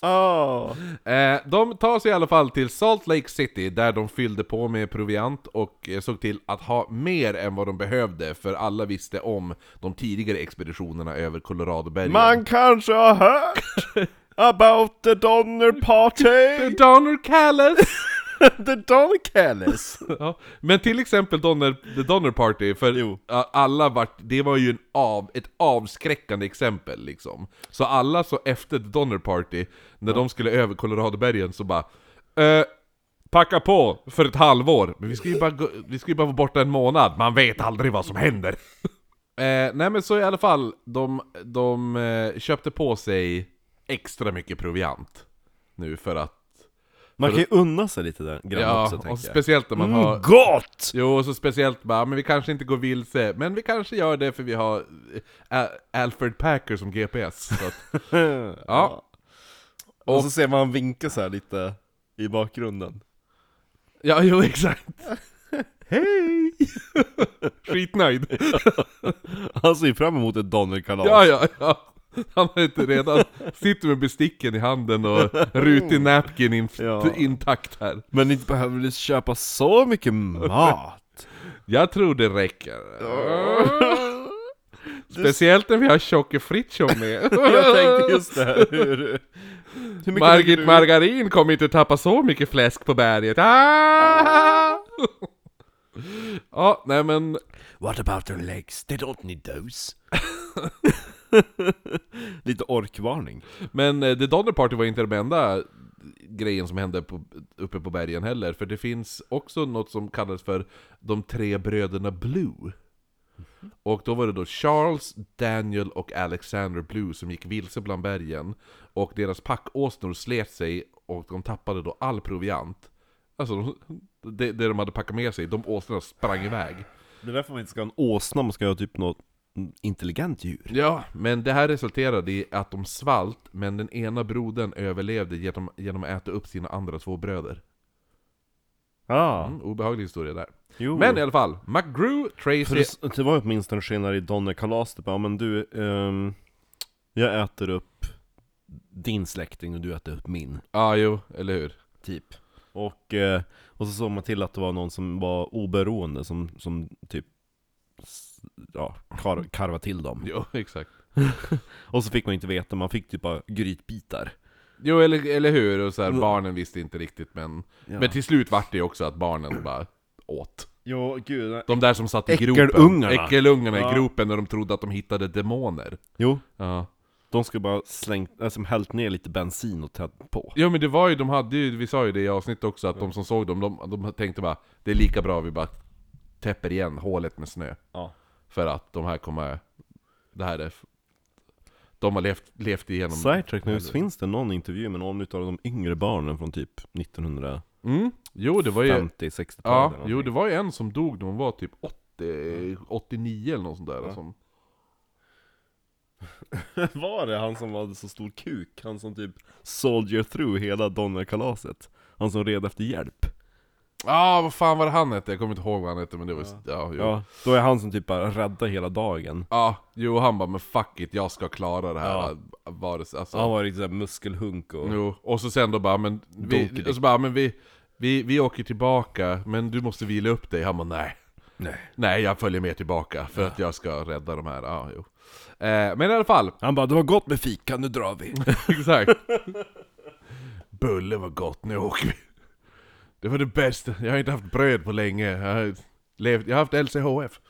Åh. <laughs> Eh, de tar sig i alla fall till Salt Lake City där de fyllde på med proviant och eh, såg till att ha mer än vad de behövde för alla visste om de tidigare expeditionerna över Coloradobergen. Man kanske har hört about the Donner <laughs> The Party, Donner Callas! the Donner Callis. <laughs> ja. Men till exempel Donner, The Donner Party, för Jo. ja, alla vart, det var ju en av, ett avskräckande exempel liksom. Så alla så efter The Donner Party, när de skulle över Coloradobergen så bara eh, Packa på för ett halvår, men vi ska, ju bara gå, vi ska ju bara vara borta en månad, man vet aldrig vad <laughs> som händer. eh, nej men så i alla fall, de, de eh, köpte på sig extra mycket proviant nu för att... Man kan ju unna sig lite där grann Ja, också och tänker jag. speciellt när man har... Mm, gott! Jo, och så speciellt bara, men vi kanske inte går vilse, men vi kanske gör det för vi har eh, Al- Alfred Packer som GPS. Så att, <laughs> ja. Och så ser man vinka så här lite i bakgrunden. ja, jo <laughs> exakt. Hej! <laughs> Skitnöjd. Han ser ju fram emot ett Donnerkalas. Ja, ja, ja. Han har inte redan, sitter med besticken i handen och rutig napkin in, Ja. intakt här. Men inte behöver du köpa så mycket mat. Jag tror det räcker. <laughs> Speciellt när vi har Tjocke Fritzson med. Jag tänkte just det här, hur... hur mycket ligger Margit du- Margarin kommer inte tappa så mycket fläsk på berget. Ah! <laughs> ja, nej men... What about their legs? They don't need those. <laughs> Lite orkvarning. Men eh, The Donner Party var inte den enda grejen som hände på, uppe på bergen heller. För det finns också något som kallas för De tre bröderna Blue. Och då var det då Charles, Daniel och Alexander Blue som gick vilse bland bergen. Och deras packåsnor slet sig och de tappade då all proviant. Alltså de- det, det de hade packat med sig, de åsnorna sprang iväg. Det är därför man inte ska ha en åsna, man ska ha typ något intelligent djur. Ja, men det här resulterade i att de svalt, men den ena brodern överlevde genom, genom att äta upp sina andra två bröder. Ja, Mm, obehaglig historia där. jo. Men i alla fall, McGrew, För Tracy... det, det var ju åtminstone skillnad i Donnerkalas, det bara, men du, ehm, jag äter upp din släkting och du äter upp min. Ja, ah, jo, eller hur? Typ. Och, eh, och så såg man till att det var någon som var oberoende som, som typ s- Ja, kar, karva till dem. Jo, <laughs> exakt. Och så fick man inte veta, man fick typ bara grytbitar. Jo, eller, eller hur? Och så här, barnen visste inte riktigt, men... Ja. Men till slut vart det ju också att barnen bara åt. Jo, gud. nej. De där som satt i gropen. Äckelungarna. Äckelungarna Ja. i gropen när de trodde att de hittade demoner. Jo, Ja. de skulle bara slängt, alltså hällt ner lite bensin och tänt på. Ja men det var ju, de hade ju, vi sa ju det i avsnittet också, att de som såg dem, de, de tänkte bara Det är lika bra vi bara täpper igen hålet med snö Ja. För att de här kommer, det här är De har levt, levt igenom Sidetrack News, finns det någon intervju med någon utav de yngre barnen från typ 1950-60-talet? mm. Jo det var ju, ja, eller jo någonting? det var ju en som dog när hon var typ 80, 89 eller något sånt där som, <laughs> Var det han som hade så stor kuk? Han som typ soldier through hela donnerkalaset? Han som red efter hjälp? Ja ah, vad fan var det han hette? Jag kommer inte ihåg vad han hette men det var ju, ja, jo. ja Ja, då är han som typ bara räddade hela dagen jo han bara men fuck it, jag ska klara det här Vare sig, alltså, Han var liksom såhär muskelhunk och... Jo, och så sen då bara, men vi, Donkey och så bara, men vi, vi, vi åker tillbaka, men du måste vila upp dig. Han bara, nej. Nej. Nej, jag följer med tillbaka för att jag ska rädda de här. Ja, jo. Eh, men i alla fall, Han bara 'Det var gott med fika, nu drar <laughs> vi' <laughs> exakt. Bulle var gott, nu åker vi. Det var det bästa, jag har inte haft bröd på länge. Jag har, levt, jag har haft LCHF.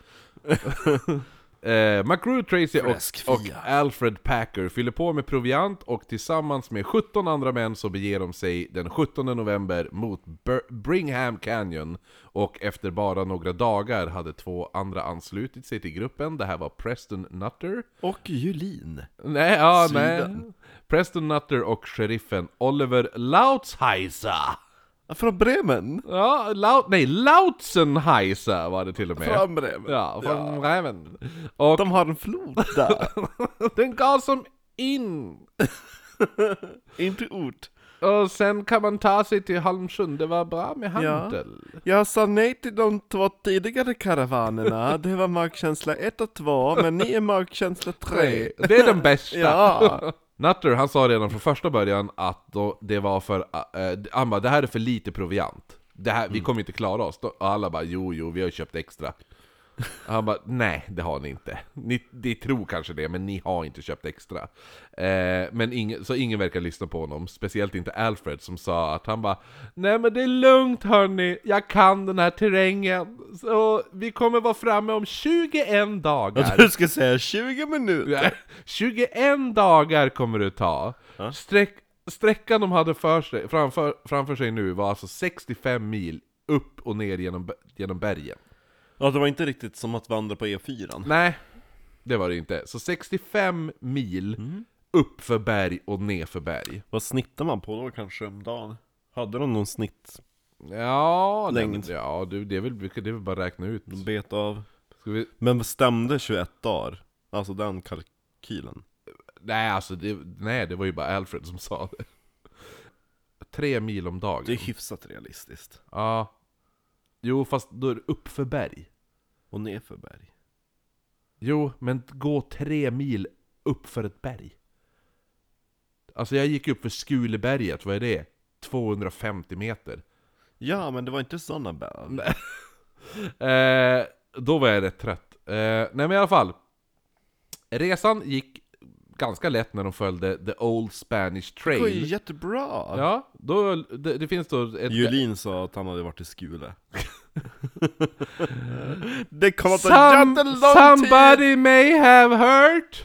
Eh, McGrew, Tracy och, Fläskfia. och Alfred Packer fyller på med proviant och tillsammans med 17 andra män så beger de sig den 17 november mot Bur- Brigham Canyon och efter bara några dagar hade två andra anslutit sig till gruppen. Det här var Preston Nutter Och Julin Nej, ja, nej. Sidan. Preston Nutter och sheriffen Oliver Lautzheiser. Från Bremen! Ja, Laut, nej, Lautzenheiser var det till och med. Från Bremen! Ja, från Bremen. Och De har en flod där, den gav som in. inte ort Och sen kan man ta sig till Halmsund, det var bra med handel. Jag sa nej till de två tidigare karavanerna, det var magkänsla 1 och 2, men ni är magkänsla 3 Det är den <laughs> bästa. Ja. Nutter, han sa redan från första början att då, det var för, äh, han bara, det här är för lite proviant. Det här, Vi kommer inte klara oss. Då, och alla bara, jo, jo, vi har köpt extra. Han bara, nej det har ni inte. Ni, ni tror kanske det, men ni har inte köpt extra. Eh, men ingen, så ingen verkar lyssna på honom, speciellt inte Alfred som sa att han bara, nej men det är lugnt hörni, jag kan den här terrängen. Så vi kommer vara framme om 21 dagar. <laughs> Du ska säga 20 minuter! Nej, 21 dagar kommer det ta. Sträck, sträckan de hade för sig, framför, framför sig nu var alltså 65 mil upp och ner genom, be- genom bergen. Ja, det var inte riktigt som att vandra på E E4 Nej, det var det inte. Så 65 mil upp för berg och ner för berg. Vad snittar man på då kanske om dagen? Hade de någon snitt? Ja, nej, men- Längd. Mm. ja du, det, är väl, det är väl bara att räkna ut. De bet av? Ska vi, Men stämde 21 dagar? Alltså den kalkylen? nej, alltså det, nej, det var ju bara Alfred som sa det. Tre mil om dagen. Det är hyfsat realistiskt. Ja. Jo, fast då är det upp för berg. Och nerför berg. Jo, men gå tre mil upp för ett berg. Alltså jag gick upp för Skuleberget, vad är det? 250 meter. Ja, men det var inte sådana berg. Eh, då var jag rätt trött. Eh, nej men i alla fall. Resan gick ganska lätt när de följde The Old Spanish Det går ju Trail. jättebra! Ja, då, det, det finns då ett... Julin sa att han hade varit i Skule. <laughs> det kommer att ta Some, jättelång tid! somebody may have heard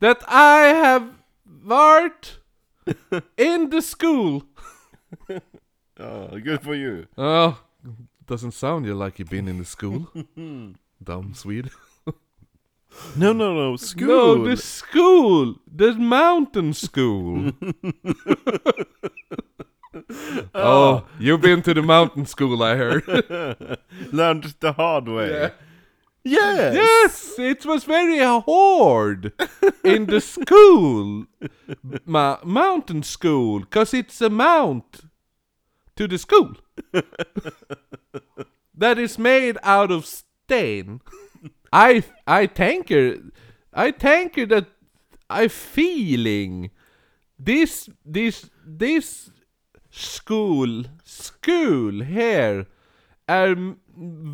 that I have varit in the school. Ja, good for you! Oh, doesn't sound you like you've been in the school. <laughs> Dumb Swede. No, no, no, school! No, the school! The mountain <laughs> school! oh, you've been to the mountain school, I heard. Learned the hard way! Yes! Yes, it was very hard in the school, ma- mountain school, cause it's a mount to the school that is made out of stain. I I tanker, I tanker that I feeling this this this school school here are m-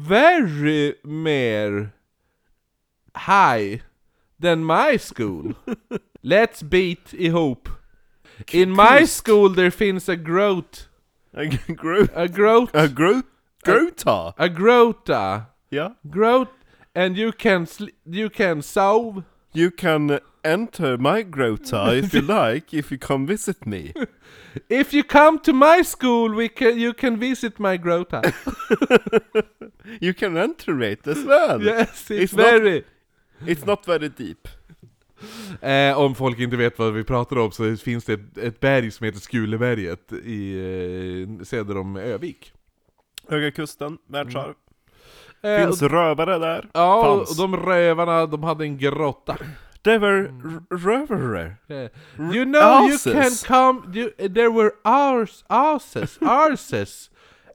very mere high than my <laughs> school. Let's beat ihop. In my school there finns a grot, A group, a grot, a group, Gota! A grota. Ja. Grot. And you can sl- you can solve. You can enter my grota <laughs> if you like, if you come visit me. If you come to my school, we can you can visit my <laughs> grota. You can enter it as well! yes, it's, It's not- very. It's not very deep. Eh, om folk inte vet vad vi pratar om så finns det ett, ett berg som heter Skuleberget i, eh, söder om Övik. Höga kusten, världsarv. Eh, Finns och, rövare där. ja, och- fanns. och de rövarna, de hade en grotta. They were r- rövare. Eh, You know you can Arses. come, you, there were ars, arses, arses.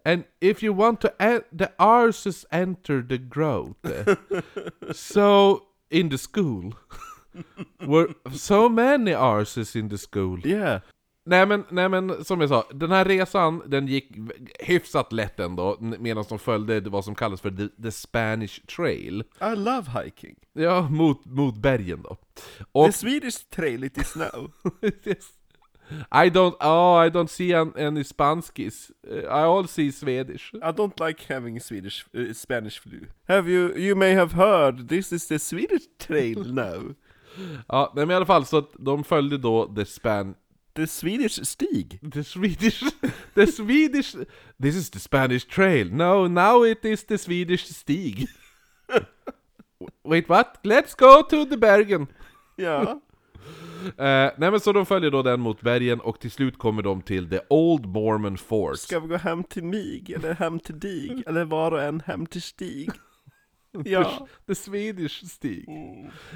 And if you want to, en- the arses enter the grove. so, in the school. <laughs> were so many arses in the school. Yeah. Nej men, nej men som jag sa, den här resan den gick hyfsat lätt ändå n- medan de följde vad som kallas för the, the Spanish trail. I love hiking. Ja, mot, mot bergen då. Och... The Swedish trail it is now. <laughs> Yes. I don't, oh, I don't see an, any spanskis. Eh, I all see Swedish. I don't like having Swedish, uh, Spanish flu. Have you, you may have heard, this is the Swedish trail <laughs> now. Ja, nej, men i alla fall så att de följde då the span... The Swedish stig. The Swedish... <laughs> The Swedish... This is the Spanish trail. No, now it is the Swedish stig. <laughs> Wait, what? Let's go to the Bergen! Ja. Eh, nej men så de följer då den mot bergen och till slut kommer de till The Old Mormon Fort. Ska vi gå hem till mig, eller hem till dig, eller var och en hem till Stig? <laughs> Ja. Mm. The Swedish Stig.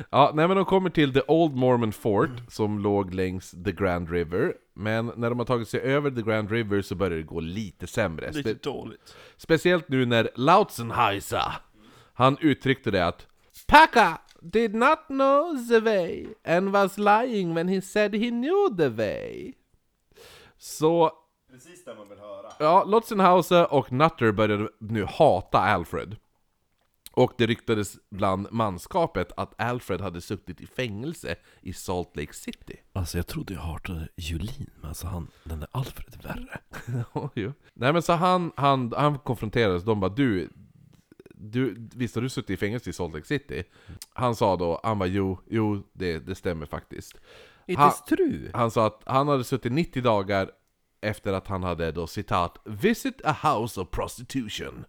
Ja, nej men de kommer till The Old Mormon Fort som låg längs The Grand River. Men när de har tagit sig över The Grand River så börjar det gå lite sämre. Lite Spe- dåligt. speciellt nu när Lautzenheiser, han uttryckte det att Paka did not know the way and was lying when he said he knew the way. Så Precis det man vill höra. Ja, Lotzenhauser och Nutter började nu hata Alfred. Och det ryktades bland manskapet att Alfred hade suttit i fängelse i Salt Lake City. Alltså jag trodde jag hatade Julin, men alltså han, den där Alfred är värre. <laughs> Ja, jo. Nej men så han, han, han konfronterades, de bara du, du, visst har du suttit i fängelse i Salt Lake City? Han sa då, han bara jo, jo det, det stämmer faktiskt. It Ha- is true. Han sa att han hade suttit 90 dagar efter att han hade då citat 'Visit a house of prostitution'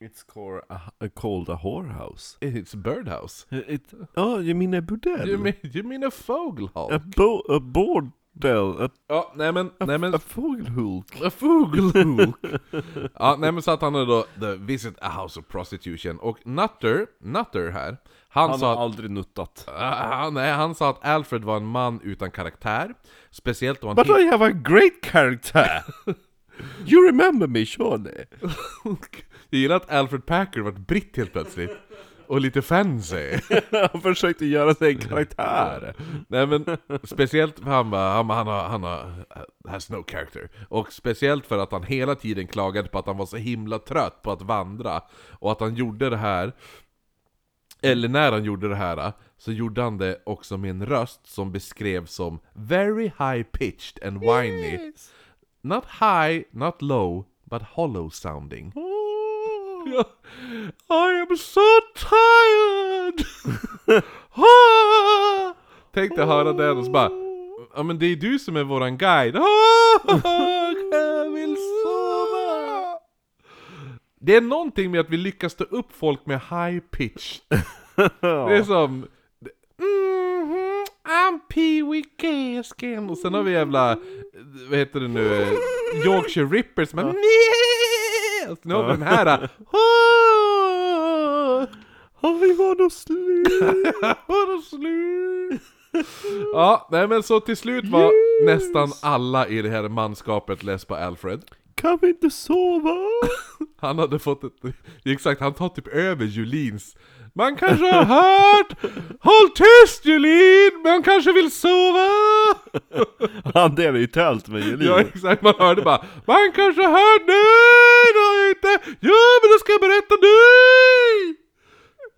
It's called a, a called a whorehouse. It's a birdhouse It, oh, you mean a bordell? You mean, you mean a fågelholk? a, bo, a bordel? A, Ja, nej men, nej men... a fågelholk? A fågelholk! <laughs> ja, nej men så att han hade då the visit a house of prostitution, och Nutter, Nutter här, han, Han sa har att... aldrig nuttat. Ah, nej, han sa att Alfred var en man utan karaktär, speciellt om han... But I have a great character! <laughs> you remember me surely? Jag gillar att Alfred Packer vart britt helt plötsligt, och lite fancy. <laughs> Han försökte göra sig en karaktär. här. Nej men, speciellt för han bara, han, han, har, han har, äh, has no character. Och speciellt för att han hela tiden klagade på att han var så himla trött på att vandra. Och att han gjorde det här, eller när han gjorde det här, så gjorde han det också med en röst som beskrevs som very high pitched and whiny. Not high, not low, but hollow sounding. Ja. <laughs> I am so <laughs> tired! Ah! Tänk dig höra den och så bara Ja men det är du som är våran guide Ah! Jag vill sova! Det är någonting med att vi lyckas stå upp folk med high <laughs> pitch Det är som Mhm, I'm Pee-Wee Gaskin Och sen har vi jävla, eh, vad heter det nu, Yorkshire Rippers Men yes! Nu har vi den här Ah! Har vi var då slut? Bara slut! ja, nej men så till slut var nästan alla i det här manskapet less på Alfred. Kan vi inte <laughs> sova? Han hade fått ett... Exakt, han tar typ över Julins. Man kanske har hört! Håll tyst Julin! Man kanske vill sova! Han delar ju tält med Julin. Ja exakt, man hörde bara Man kanske har hört nej, det har jag inte! Ja men då ska jag berätta nej!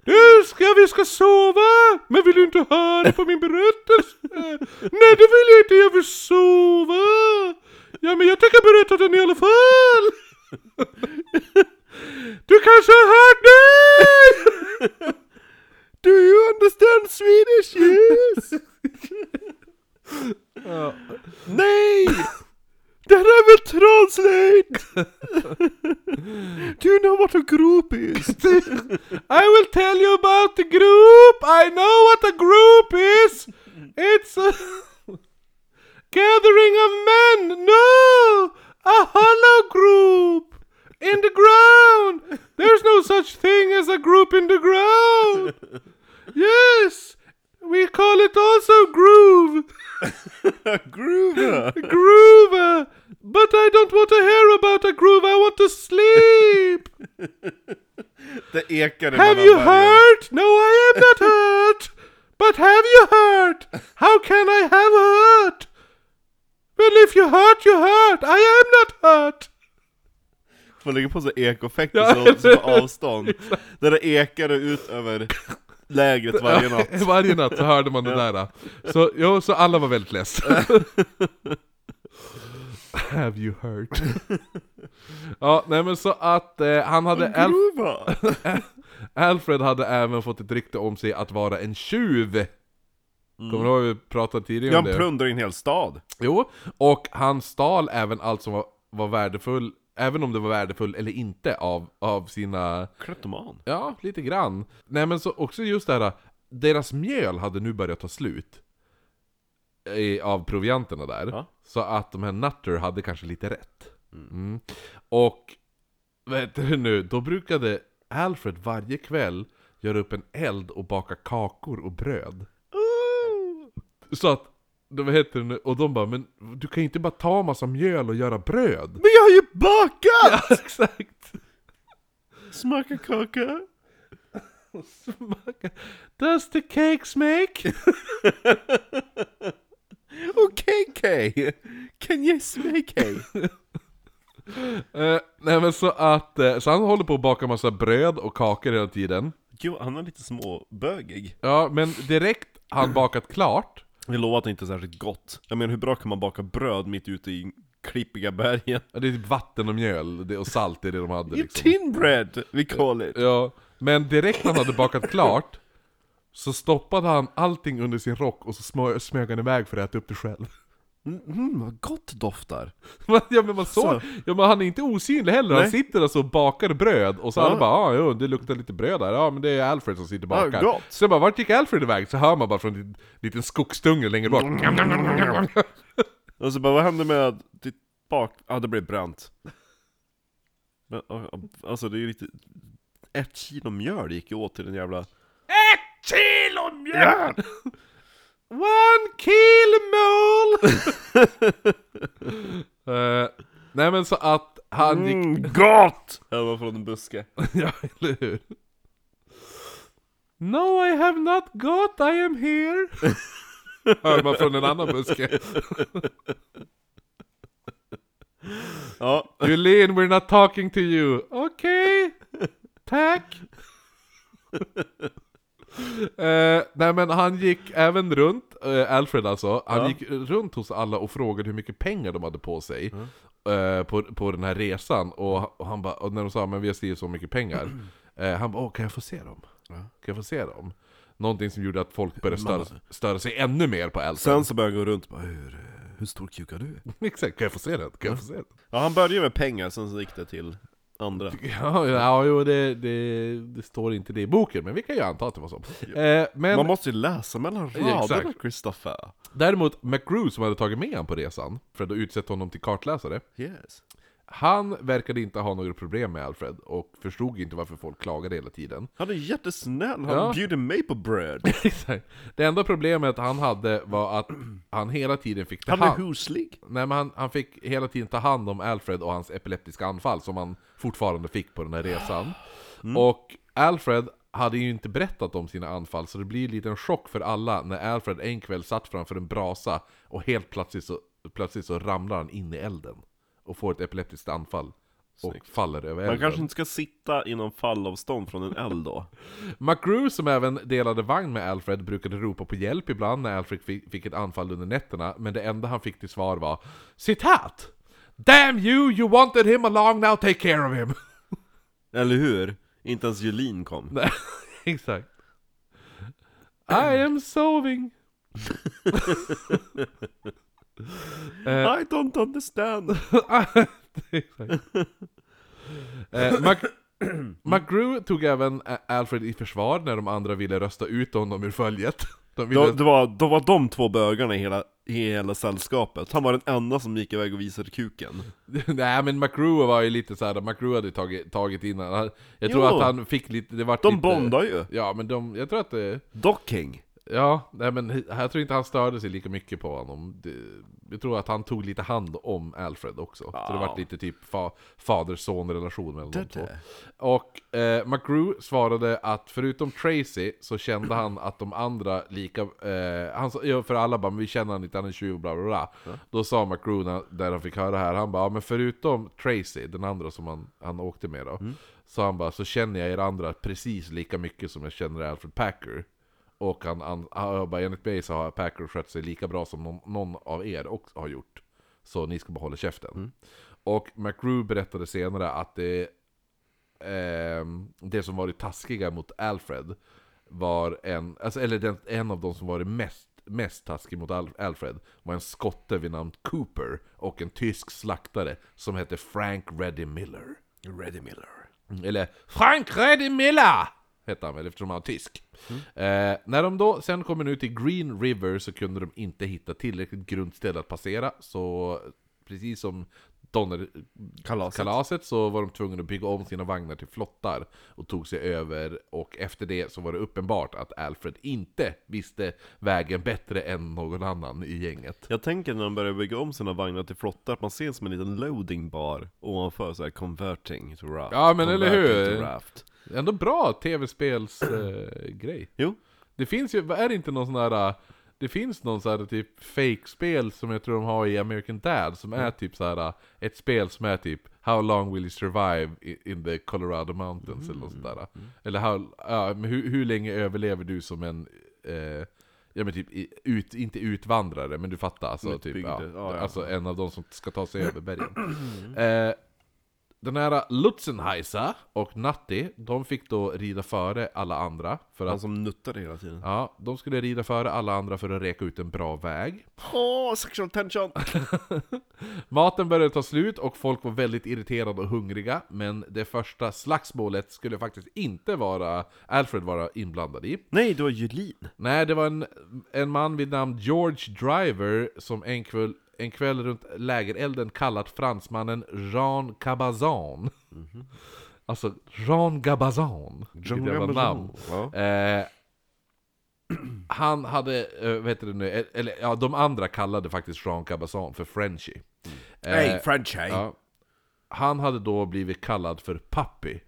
Nu ska vi ska sova! Men vill du inte höra på min berättelse? <laughs> Nej det vill jag inte, jag vill <laughs> sova! Ja men jag tänker berätta den i alla fall! <laughs> <laughs> It's a gathering of men. No, a hollow group in the ground. There's no such thing as a group in the ground. Yes, we call it also groove, Groove! groover. But I don't want to hear about a groove. I want to <laughs> sleep. Det ekar i Have mellan you varje- heard? No, I am not hurt. But have you heard? How can I have hurt? Well, if you hurt, you hurt. I am not hurt. Får lägga på så Ja. ekofäkter så låter det på avstånd. Där det ekar ut över lägret varje natt. <laughs> Varje natt så hörde man det där. Så, jo, så alla var <laughs> väldigt less. have you hurt? <laughs> ja, nej men så att eh, han hade... Alf- Groova! Alfred hade även fått ett rykte om sig att vara en tjuv. Kommer du ihåg vi pratade tidigare Ja, om han det? plundrar en hel stad. Jo, och han stal även allt som var, var värdefull, även om det var värdefull eller inte, av, av sina... Kleptoman. Ja, lite grann. Nej men så också just det här, deras mjöl hade nu börjat ta slut. I, av provianterna där. Ja. Så att de här Nutter hade kanske lite rätt. Mm. Och, vet du nu, då brukade Alfred varje kväll göra upp en eld och baka kakor och bröd. Så att, då- vad heter det nu, och de bara 'Men du kan ju inte bara ta massa mjöl och göra bröd' <laughs> Men jag har ju bakat! Exakt! Smaka kaka. Smaka. Does the cakes make? Och KK! Can you smaka? Eh, nej men så att, eh, så han håller på att baka massa bröd och kakor hela tiden Jo, han är lite småbögig. Ja, men direkt han bakat klart Vi lovar att det inte är särskilt gott. Jag menar, hur bra kan man baka bröd mitt ute i klippiga bergen? ja, Det är typ vatten och mjöl det- och salt i det de hade Liksom. liksom. Tin bread, we call it! Ja, men direkt han hade bakat klart Så stoppade han allting under sin rock och så smö- smög han iväg för att äta upp det själv <laughs> Mm, vad gott doftar! Man- Ja men man såg, Så. ja men han är inte osynlig heller, han Nej. sitter alltså och bakar bröd och så Ja. alla bara ah, jo, det luktar lite bröd där, ja men det är Alfred som sitter och bakar. Ja, gott. Sen bara, vart gick Alfred iväg? Så hör man bara från en liten skogsdunge längre bort. Och så bara, vad hände med ditt bak... Ja, ah, det blev brant. Men, ah, ah, Alltså det är ju lite... Ett kilo mjöl gick ju åt till den jävla... One kill mole! <laughs> Eh, nej men så att han gick... Mm, gott! Hemma från en buske. <laughs> <laughs> ja, eller hur? No I have not got, I am here! Hör man från en annan buske. Ja, Julin, we're not talking to you. Okej, <laughs> tack. Eh, nej men han gick även runt, eh, Alfred alltså, han Ja. gick runt hos alla och frågade hur mycket pengar de hade på sig eh, på, på den här resan. Och, och, han bara- och när de sa men vi har skrivit så <clears throat> mycket pengar, eh, han bara åh kan jag få se dem? Kan jag få se dem? Någonting som gjorde att folk började störa, störa sig ännu mer på Alfred. sen så började jag gå runt och bara, hur, eh, hur stor kuk har du? <laughs> Exakt, kan jag få se den? Kan jag få se den? Ja, han började med pengar, sen så gick det till andra. Ja, ja jo, det, det, det står inte det i boken, men vi kan ju anta att det var så. Eh, men Man måste ju läsa mellan raderna, exakt. Christopher. däremot McGrew som hade tagit med honom på resan, för att ha utsett honom till kartläsare, Yes. han verkade inte ha några problem med Alfred och förstod inte varför folk klagade <laughs> hela tiden. Han är jättesnäll, han Ja. bjuder mig på bröd. Exakt. det enda problemet han hade var att han hela tiden fick ta Han är hand... huslig. Nej, men han, han fick hela tiden ta hand om Alfred och hans epileptiska anfall som han fortfarande fick på den här resan. Mm. Och Alfred hade ju inte berättat om sina anfall så det blir en liten chock för alla när Alfred en kväll satt framför en brasa och helt plötsligt så, plötsligt så ramlar han in i elden och får ett epileptiskt anfall. Och faller över elden. Man kanske inte ska sitta inom fallavstånd från en eld då. McGrew som även delade vagn med Alfred brukade ropa på hjälp ibland när Alfred fi- fick ett anfall under nätterna, men det enda han fick till svar var citat! Damn you, you wanted him along, now take care of him! <laughs> Eller hur? Inte ens Julin kom. Nej, <laughs> Exakt. I am <laughs> soving. I don't understand! Eh, <laughs> Exakt. Eh, Mac <clears throat> McGrew tog även eh, Alfred i försvar när de andra ville rösta ut honom ur följet. <laughs> De ville... Då, det var, då var de två bögarna i hela, i hela sällskapet. Han var den enda som gick iväg och visade kuken. <laughs> Nej men McGruer var ju lite såhär, McGruer hade ju tagit, tagit innan. Han- Jag tror Jo. att han fick lite, det vart De lite... bondar ju. Ja men de, jag tror att det... Docking. Ja, nej men he- jag tror inte han störde sig lika mycket på honom. Det- Jag tror att han tog lite hand om Alfred också. Så det Ja. vart lite typ fa, fader-son relation mellan de Det två. där. Och eh, McGrew svarade att förutom Tracy så kände han att de andra lika... Eh, han sa, ja, för alla bara, men vi känner han inte, han är en tjuv, bla bla bla. Då sa McGrew, när- där han fick höra det här, han bara, ja, men förutom Tracy, den andra som han, han åkte med Mm. då. Så han bara, så känner jag er andra precis lika mycket som jag känner Alfred Packer. Och han, han, han bara, enligt mig så har Packer skött sig lika bra som någon, någon av er också har gjort. Så ni ska bara hålla käften. Mm. Och McGrew berättade senare att det ehm, det som varit taskiga mot Alfred var en, alltså, eller den, en av de som varit mest, mest taskig mot Al- Alfred var en skotte vid namn Cooper och en tysk slaktare som hette Frank Reddy Miller. Reddy Miller. Eller Frank Reddy Miller! Hette han väl eftersom han var tysk. Eh, när de då sen kommer ut till Green River så kunde de inte hitta tillräckligt grundställe att passera så precis som Donner Kalaset. kalaset så var de tvungna att bygga om sina vagnar till flottar och tog sig över och efter det så var det uppenbart att Alfred inte visste vägen bättre än någon annan i gänget. Jag tänker när de börjar bygga om sina vagnar till flottar att man ser som en liten loading bar ovanför så här converting to raft. Ja, men eller converting hur? To raft. Ändå bra tv-spelsgrej. Eh, grej. Jo, det finns ju, är det inte någon sån här, eh, det finns någon sån här typ fake-spel som jag tror de har i American Dad som är typ så här eh, ett spel som är typ How long will you survive i- in the Colorado Mountains eller något sånt där. eh. Eller how, ja, men hur, hur länge överlever du som en eh, Ja men typ, i- ut, inte utvandrare, men du fattar alltså, typ, Utbyggde, ja, ja, ja. alltså en av de som ska ta sig över bergen. Eh, den här Lutzenheiser och Natti, de fick då rida före alla andra för han att som nuttade hela tiden. Ja, de skulle rida före alla andra för att reka ut en bra väg. Åh, sexual tension! Maten började ta slut och folk var väldigt irriterade och hungriga, men det första slagsmålet skulle faktiskt inte vara Alfred vara inblandad i. Nej, det var Julin. Nej, det var en, en man vid namn George Driver som en kväll, en kväll runt lägerelden kallat fransmannen Jean Cabazan. Alltså, Jean Gabazan. Vilket jävla namn. Ja. Eh, han hade, eh, vad heter det nu, eh, eller ja, de andra kallade faktiskt Jean Cabazan för Frenchie. Eh, Frenchie! ja. Han hade då blivit kallad för Puppy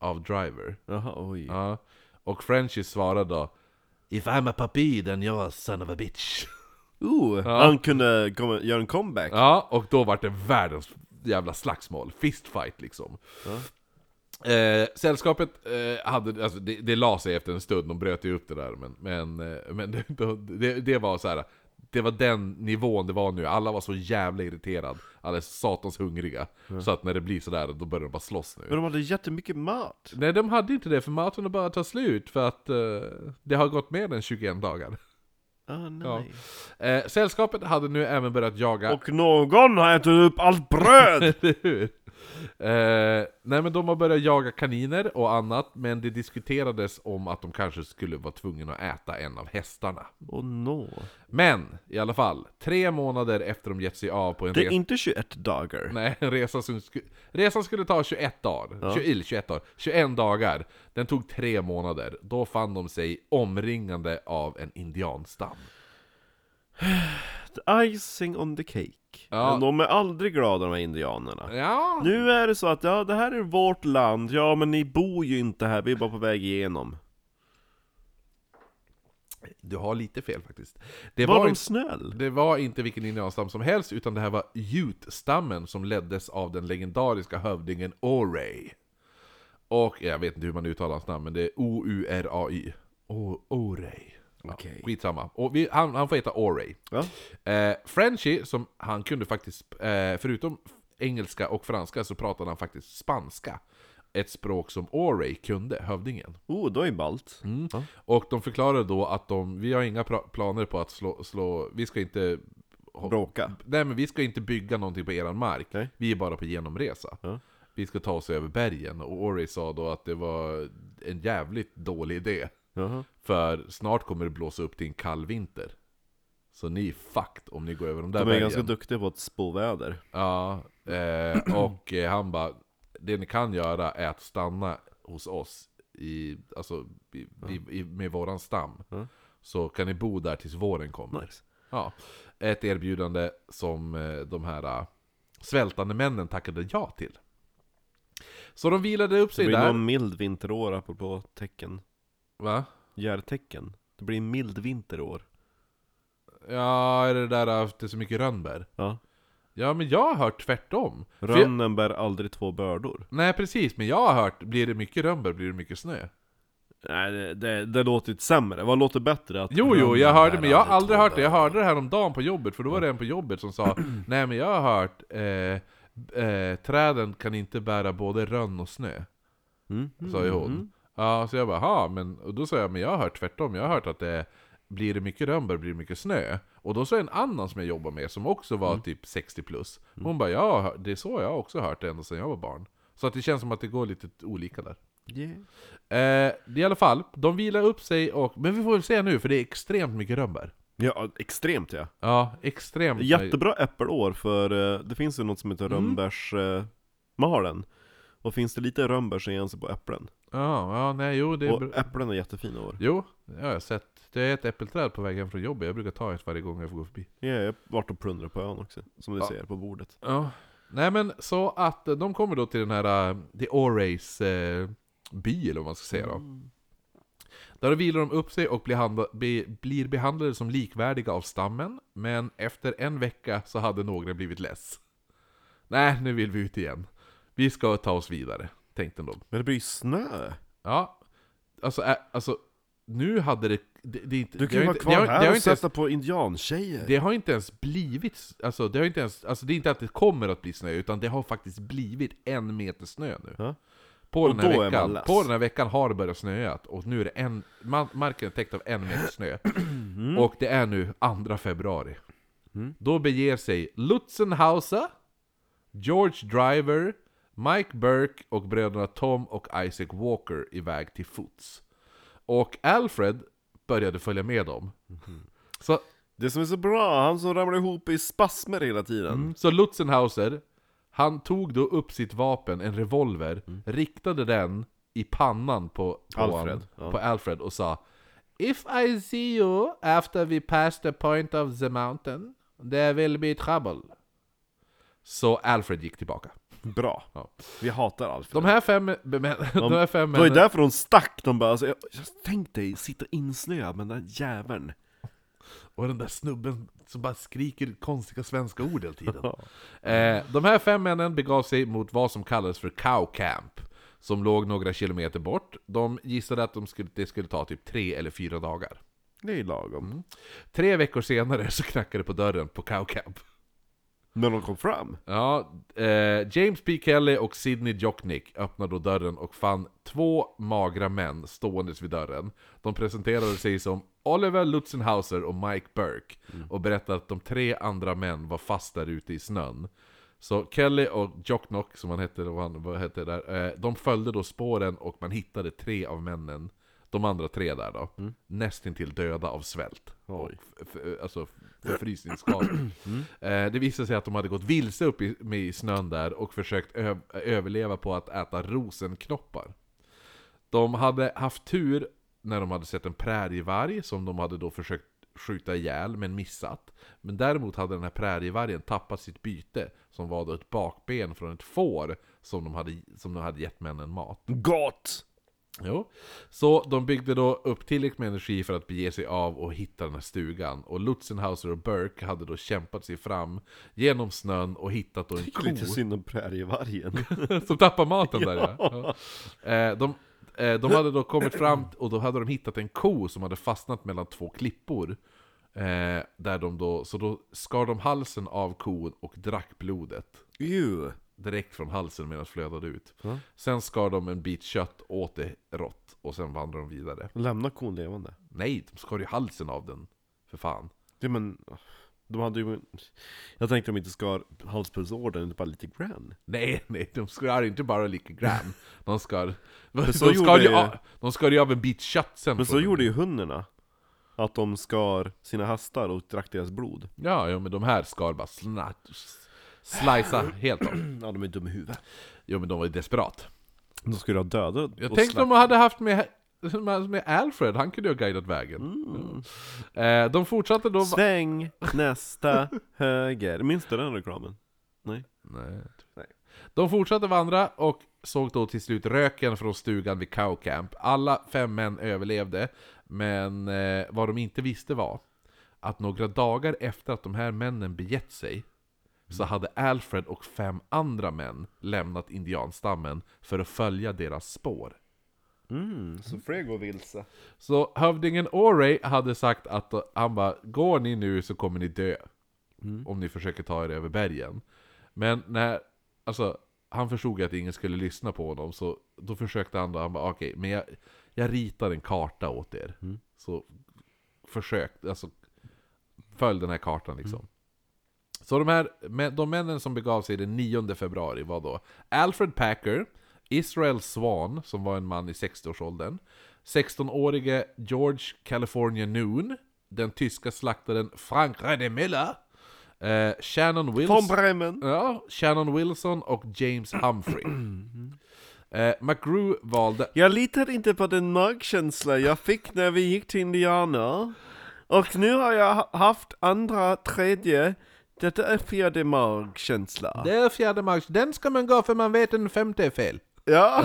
av Driver. Jaha, oj. Ja. Och Frenchie svarade då If I'm a puppy then you're a son of a bitch. Ooh, han kunde komma, göra en comeback. Ja, och då var det världens jävla slagsmål. Fistfight liksom. Eh, sällskapet eh, hade, alltså, det, det la sig efter en stund, de bröt ju upp det där. Men, men, eh, men <laughs> det, det, det var så här. Det var den nivån det var nu, alla var så jävla irriterade, alla är satans hungriga. Så att när det blir sådär, då börjar de bara slåss nu. Men de hade jättemycket mat. Nej, de hade inte det, för maten har bara tagit slut, för att eh, det har gått mer än 21 dagar. Ah, Ja. nej. Eh, sällskapet hade nu även börjat jaga... Och någon har ätit upp allt <laughs> bröd! <laughs> Eller hur? Eh, nej men de har börjat jaga kaniner och annat, men det diskuterades om att de kanske skulle vara tvungna att äta en av hästarna. Åh oh, no. Men i alla fall, tre månader efter de gett sig av på en Det är resa... inte 21 dagar. <laughs> Nej, en resa som sku... resan skulle ta 21 dagar. 20, eller 21 dagar. 21 dagar. Den tog tre månader. Då fann de sig omringande av en indianstam. Icing on the cake. Ja. Men de är aldrig glada de här indianerna. Ja, Nu är det så att ja, det här är vårt land, ja men ni bor ju inte här, vi är bara på väg igenom. du har lite fel faktiskt. Det Var, var de inte- snäll? Det var inte vilken indianstam som helst, utan det här var jutstammen som leddes av den legendariska hövdingen Oray. Och jag vet inte hur man uttalar hans namn, men det är O-U-R-A-Y. O- Oray. Ja, Okej. Skitsamma. Och vi, han, han får heta Oray. Ja. Eh, Frenchie, som han kunde faktiskt, eh, förutom engelska och franska, så pratade han faktiskt spanska. Ett språk som Oray kunde, hövdingen. Oh, då är ballt. Mm. Ja. Och de förklarade då att de, vi har inga pra- planer på att slå, slå vi ska inte hå- Bråka. Nej men vi ska inte bygga någonting på eran mark, Nej. vi är bara på genomresa. Ja. Vi ska ta oss över bergen, och Ori sa då att det var en jävligt dålig idé. Jaha. För snart kommer det blåsa upp till en kall vinter. Så ni är fucked om ni går över de där De är bergen. ganska duktiga på att spå väder. Ja, eh, och eh, han bara Det ni kan göra är att stanna hos oss i, alltså, i, i, i, med våran stam. Så kan ni bo där tills våren kommer. Nice. Ja. Ett erbjudande som eh, de här eh, svältande männen tackade ja till. Så de vilade upp Det sig blir där. någon mild vinterår apropå tecken. Va? Järtecken. Det blir en mild vinterår. Ja, är det där att det är så mycket rönnbär? Ja. Ja, men jag har hört tvärtom. För Jag, Rönnen bär aldrig två bördor. nej, precis. Men jag har hört, blir det mycket rönnbär blir det mycket snö. Nej, det, det, det låter inte sämre. Vad låter bättre? Att Jo, jo, jag rönnen hörde, bär men jag har aldrig två hört det. Jag bördor. hörde det här om dagen på jobbet, för då var det en på jobbet som sa Nej, men jag har hört eh, eh, Träden kan inte bära både rönn och snö, Mm. sa ju hon. Ja, så jag bara, ha, men och då sa jag, men jag har hört tvärtom. Jag har hört att det blir det mycket rönnbär blir det mycket snö. Och då sa en annan som jag jobbar med, som också var typ 60 plus. Hon bara, ja, det är så jag har också hört det ända sedan jag var barn. Så att det känns som att det går lite olika där. Yeah. Eh, I alla fall, de vilar upp sig och... Men vi får väl se nu, för det är extremt mycket rönnbär. Ja, extremt ja. Ja, extremt Jättebra äppelår för eh, det finns ju något som Mm. heter rönnbärsmalen. Och finns det lite rönnbär så är det på äpplen. Ja, ja, nej, jo, det är Och bra. äpplen är jättefina år. Jo, ja, jag har sett. Det är ett äppelträd på vägen från jobbet. Jag brukar ta ett varje gång jag får gå förbi. Ja, jag har varit och plundrat på ön också, som du Ja. ser på bordet. Ja. Nej, men så att eh, de kommer då till den här, eh, The Orays eh, by, eller vad man ska säga då. Där vilar de upp sig och blir, handla, be, blir behandlade som likvärdiga av stammen, men efter en vecka så hade några blivit less. Nej, nu vill vi ut igen. Vi ska ta oss vidare, tänkte de. Men det blir ju snö! Ja, alltså, ä, alltså nu hade det... det, det, är inte- Du det kan ju har vara inte- kvar det har- det har här och inte ens- sätta på indiantjejer! Det har inte ens blivit, alltså det har inte ens, alltså det är inte att det kommer att bli snö, utan det har faktiskt blivit en meter snö nu. Ja. På, Och den här då är man veckan, less. på den här veckan har det börjat snöa, och nu är det en, man, marken är täckt av en meter <clears throat> snö. Mm. Och det är nu 2 februari. Då beger sig Lutzenhauser, George Driver, Mike Burke och bröderna Tom och Isaac Walker iväg till fots. Och Alfred började följa med dem. Mhm. Så Det som är så bra, han som ramlar ihop i spasmer hela tiden. Mm, Så Lutzenhauser, han tog då upp sitt vapen, en revolver, riktade den i pannan på, på, Mm. Alfred, han, ja. på Alfred och sa If I see you after we pass the point of the mountain, there will be trouble. Så Alfred gick tillbaka. Bra. Ja. Vi hatar Alfred. De här fem, män- de här fem det var ju männen... därför de stack, de bara alltså, jag, jag Tänk dig sitta insnöad med den där jäveln. Och den där snubben som bara skriker konstiga svenska ord hela tiden. eh, de här fem männen begav sig mot vad som kallades för Cow Camp, som låg några kilometer bort. De gissade att de skulle, det skulle ta typ tre eller fyra dagar. Det är ju lagom. Mm. Tre veckor senare så knackade det på dörren på Cow Camp. När de kom fram. Ja, eh, James P. Kelly och Sidney Jocknick öppnade då dörren och fann två magra män ståendes vid dörren. De presenterade sig som Oliver Lutzenhauser och Mike Burke och berättade att de tre andra män var fast där ute i snön. Så Kelly och Jocknock, som han hette, vad han, vad hette där, eh, de följde då spåren och man hittade tre av männen, de andra tre där då, nästintill döda av svält. Och f- f- alltså förfrysningsskador. Eh, det visade sig att de hade gått vilse upp i, med i snön där och försökt ö- överleva på att äta rosenknoppar. De hade haft tur när de hade sett en prärievarg som de hade då försökt skjuta ihjäl men missat. Men däremot hade den här prärievargen tappat sitt byte som var då ett bakben från ett får som de hade, som de hade gett männen mat. Gott! Jo. Så de byggde då upp tillräckligt med energi för att bege sig av och hitta den här stugan. Och Lutzenhauser och Burke hade då kämpat sig fram genom snön och hittat då en Cool. Lite ko synd om prärievargen. <laughs> som tappar maten där ja. Ja. Eh, de, eh, de hade då kommit fram och då hade de hittat en ko som hade fastnat mellan två klippor. Eh, där de då, så då skar de halsen av kon och drack blodet Ew. direkt från halsen medan det flödade ut. Sen skar de en bit kött åt det rått och sen vandrade de vidare. Lämna kon levande. Nej, de skar ju halsen av den. För fan. Ja, men, De hade ju... Jag tänkte de inte ska ha halspulsådern, utan bara lite grann. Nej, <laughs> nej, de skar inte bara lika grann. De skar... <laughs> De så skar, gjorde ju, ju- av- de skar ju av en bit kött sen. Men så från dem. gjorde ju hundarna. Att de skar sina hästar och drack deras blod. Ja, ja, men de här skar bara snart... Slicea helt av. Mm, Ja, de är dumma i huvudet. Jo, men de var ju desperat. De skulle ha dödat Jag och tänkte slakt- om de hade haft med, med Alfred, han kunde ju ha guidat vägen. Mm. Eh, de fortsatte då... Sväng nästa höger. Minns du den reklamen? Nej? Nej. Nej. De fortsatte vandra och såg då till slut röken från stugan vid Cow Camp. Alla fem män överlevde, men eh, vad de inte visste var att några dagar efter att de här männen begett sig så hade Alfred och fem andra män lämnat indianstammen för att följa deras spår. Mm, så fler går vilse. Så hövdingen Oray hade sagt att han bara Går ni nu så kommer ni dö Om ni försöker ta er över bergen Men när Alltså Han förstod ju att ingen skulle lyssna på honom Så då försökte han då Han bara okej men jag Jag ritar en karta åt er Så Försök Alltså Följ den här kartan liksom Så de här men- De männen som begav sig den 9 februari var då Alfred Packer Israel Swan, som var en man i 60-årsåldern 16-årige George California Noon, den tyska slaktaren Frank Redemiller, eh, Shannon Tom Wilson, Bremen! ja, Shannon Wilson och James <clears throat> Humphrey. Eh, McGrew valde... Jag litar inte på den magkänsla jag fick när vi gick till Indiana. Och nu har jag ha- haft andra, tredje, detta är fjärde magkänsla. Det är fjärde mars, den ska man gå för man vet den femte är fel. Ja!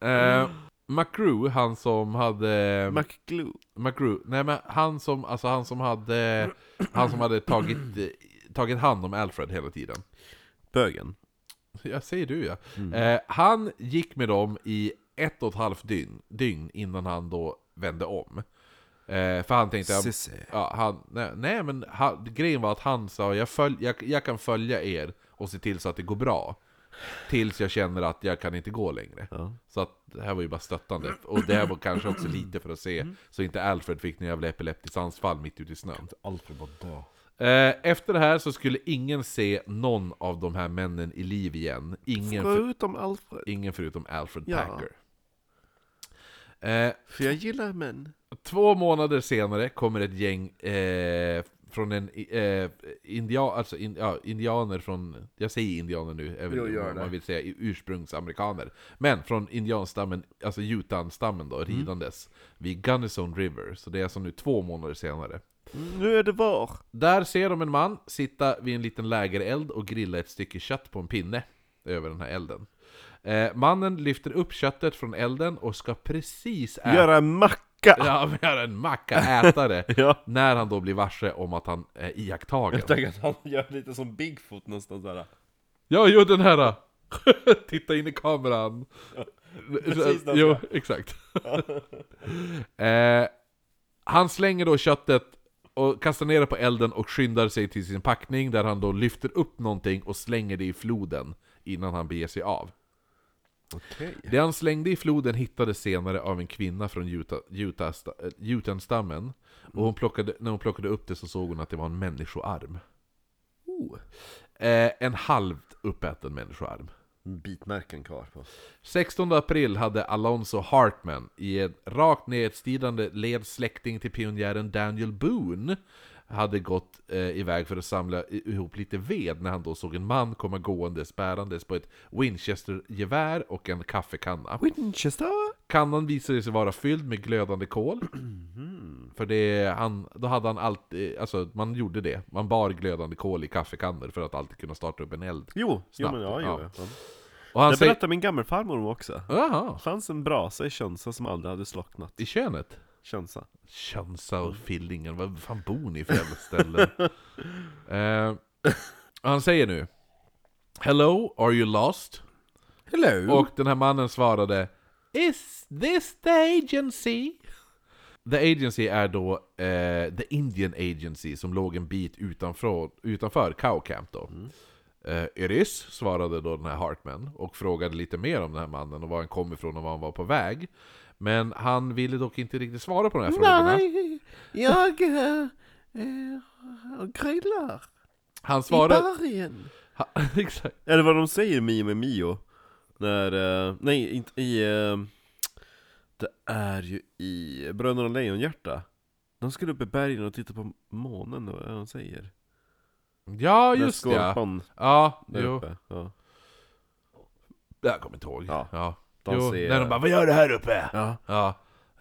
Eh, McGrew, han som hade... McGlue. McGrew, nej men han som, alltså han som hade... Han som hade tagit, eh, tagit hand om Alfred hela tiden. Bögen. Jag säger du ja. Eh, han gick med dem i ett och ett halvt dygn, dygn innan han då vände om. Eh, för han tänkte... Sissi. Ja, han, nej, nej men han, grejen var att han sa jag, följ, jag, jag kan följa er och se till så att det går bra. Tills jag känner att jag kan inte gå längre. Ja. Så att det här var ju bara stöttande. Och det här var kanske också lite för att se Mm. så inte Alfred fick någon jävla epileptisk anfall mitt ute i snön. Alfred var död. Eh, efter det här så skulle ingen se någon av de här männen i liv igen. Ingen, för, Förutom Alfred. Ingen förutom Alfred Ja. Packer. Eh, För jag gillar män. två månader senare kommer ett gäng eh, från en eh, india, alltså in, ja, indianer från, jag säger indianer nu, även Jo, gör om det. man vill säga i- ursprungsamerikaner. Men från indianstammen, alltså Utah-stammen Mm. då, ridandes vid Gunnison River. Så det är alltså nu två månader senare. Nu är det var. Där ser de en man sitta vid en liten lägereld och grilla ett stycke kött på en pinne över den här elden. Eh, mannen lyfter upp köttet från elden och ska precis äta... Göra macka! Ja, men göra en macka, äta det. <laughs> Ja. När han då blir varse om att han är iakttagen. Jag tänker att han gör lite som Bigfoot nästan såhär. Ja, jo den här! äh, <laughs> Titta in i kameran! <laughs> precis den jo, där. <laughs> exakt. eh, han slänger då köttet och kastar ner det på elden och skyndar sig till sin packning där han då lyfter upp någonting och slänger det i floden innan han beger sig av. Okej. Det han slängde i floden hittades senare av en kvinna från Utah- Utah- sta- eh, Utah-stammen. Mm. Och hon plockade, när hon plockade upp det så såg hon att det var en människoarm. Eh, en halvt uppäten människoarm. Bitmärken kvar på. 16 april hade Alonso Hartman i en rakt nedstridande led släkting till pionjären Daniel Boone hade gått eh, iväg för att samla i- ihop lite ved när han då såg en man komma gåendes bärandes på ett Winchester-gevär och en kaffekanna. Winchester? Kannan visade sig vara fylld med glödande kol. För det, han, då hade han alltid, alltså man gjorde det. Man bar glödande kol i kaffekannor för att alltid kunna starta upp en eld. Jo, jo Snabbt, men ja, jo. ja. ja. Och han Det säger... berättade min gammelfarmor om också. Jaha, fanns en brasa i Könsa som aldrig hade slocknat. i könet? Könsa. Könsa och Fillingen, vad fan bor ni för jävla ställen? eh, och han säger nu Hello, are you lost? Hello! Och den här mannen svarade Is this the agency? The agency är då eh, The Indian Agency som låg en bit utanför, utanför Cow Camp då. Mm. Eh, it is, svarade då den här Hartman och frågade lite mer om den här mannen och var han kom ifrån och var han var på väg. Men han ville dock inte riktigt svara på de här frågorna. Nej, jag... eh, eh, och grillar Han i svarade... bergen. Ha, <laughs> exakt. Eller vad de säger i Mio med Mio. När, eh, nej inte i... eh, det är ju i Bröderna Lejonhjärta. De skulle upp i bergen och titta på månen, eller vad de säger. Ja, När just det. Ja, Skorpan ja där jo. uppe. Ja. Jag kommer inte ihåg. Ja. Ja. De jo, ser- när de bara 'Vad gör du här uppe?' Ja. Ja.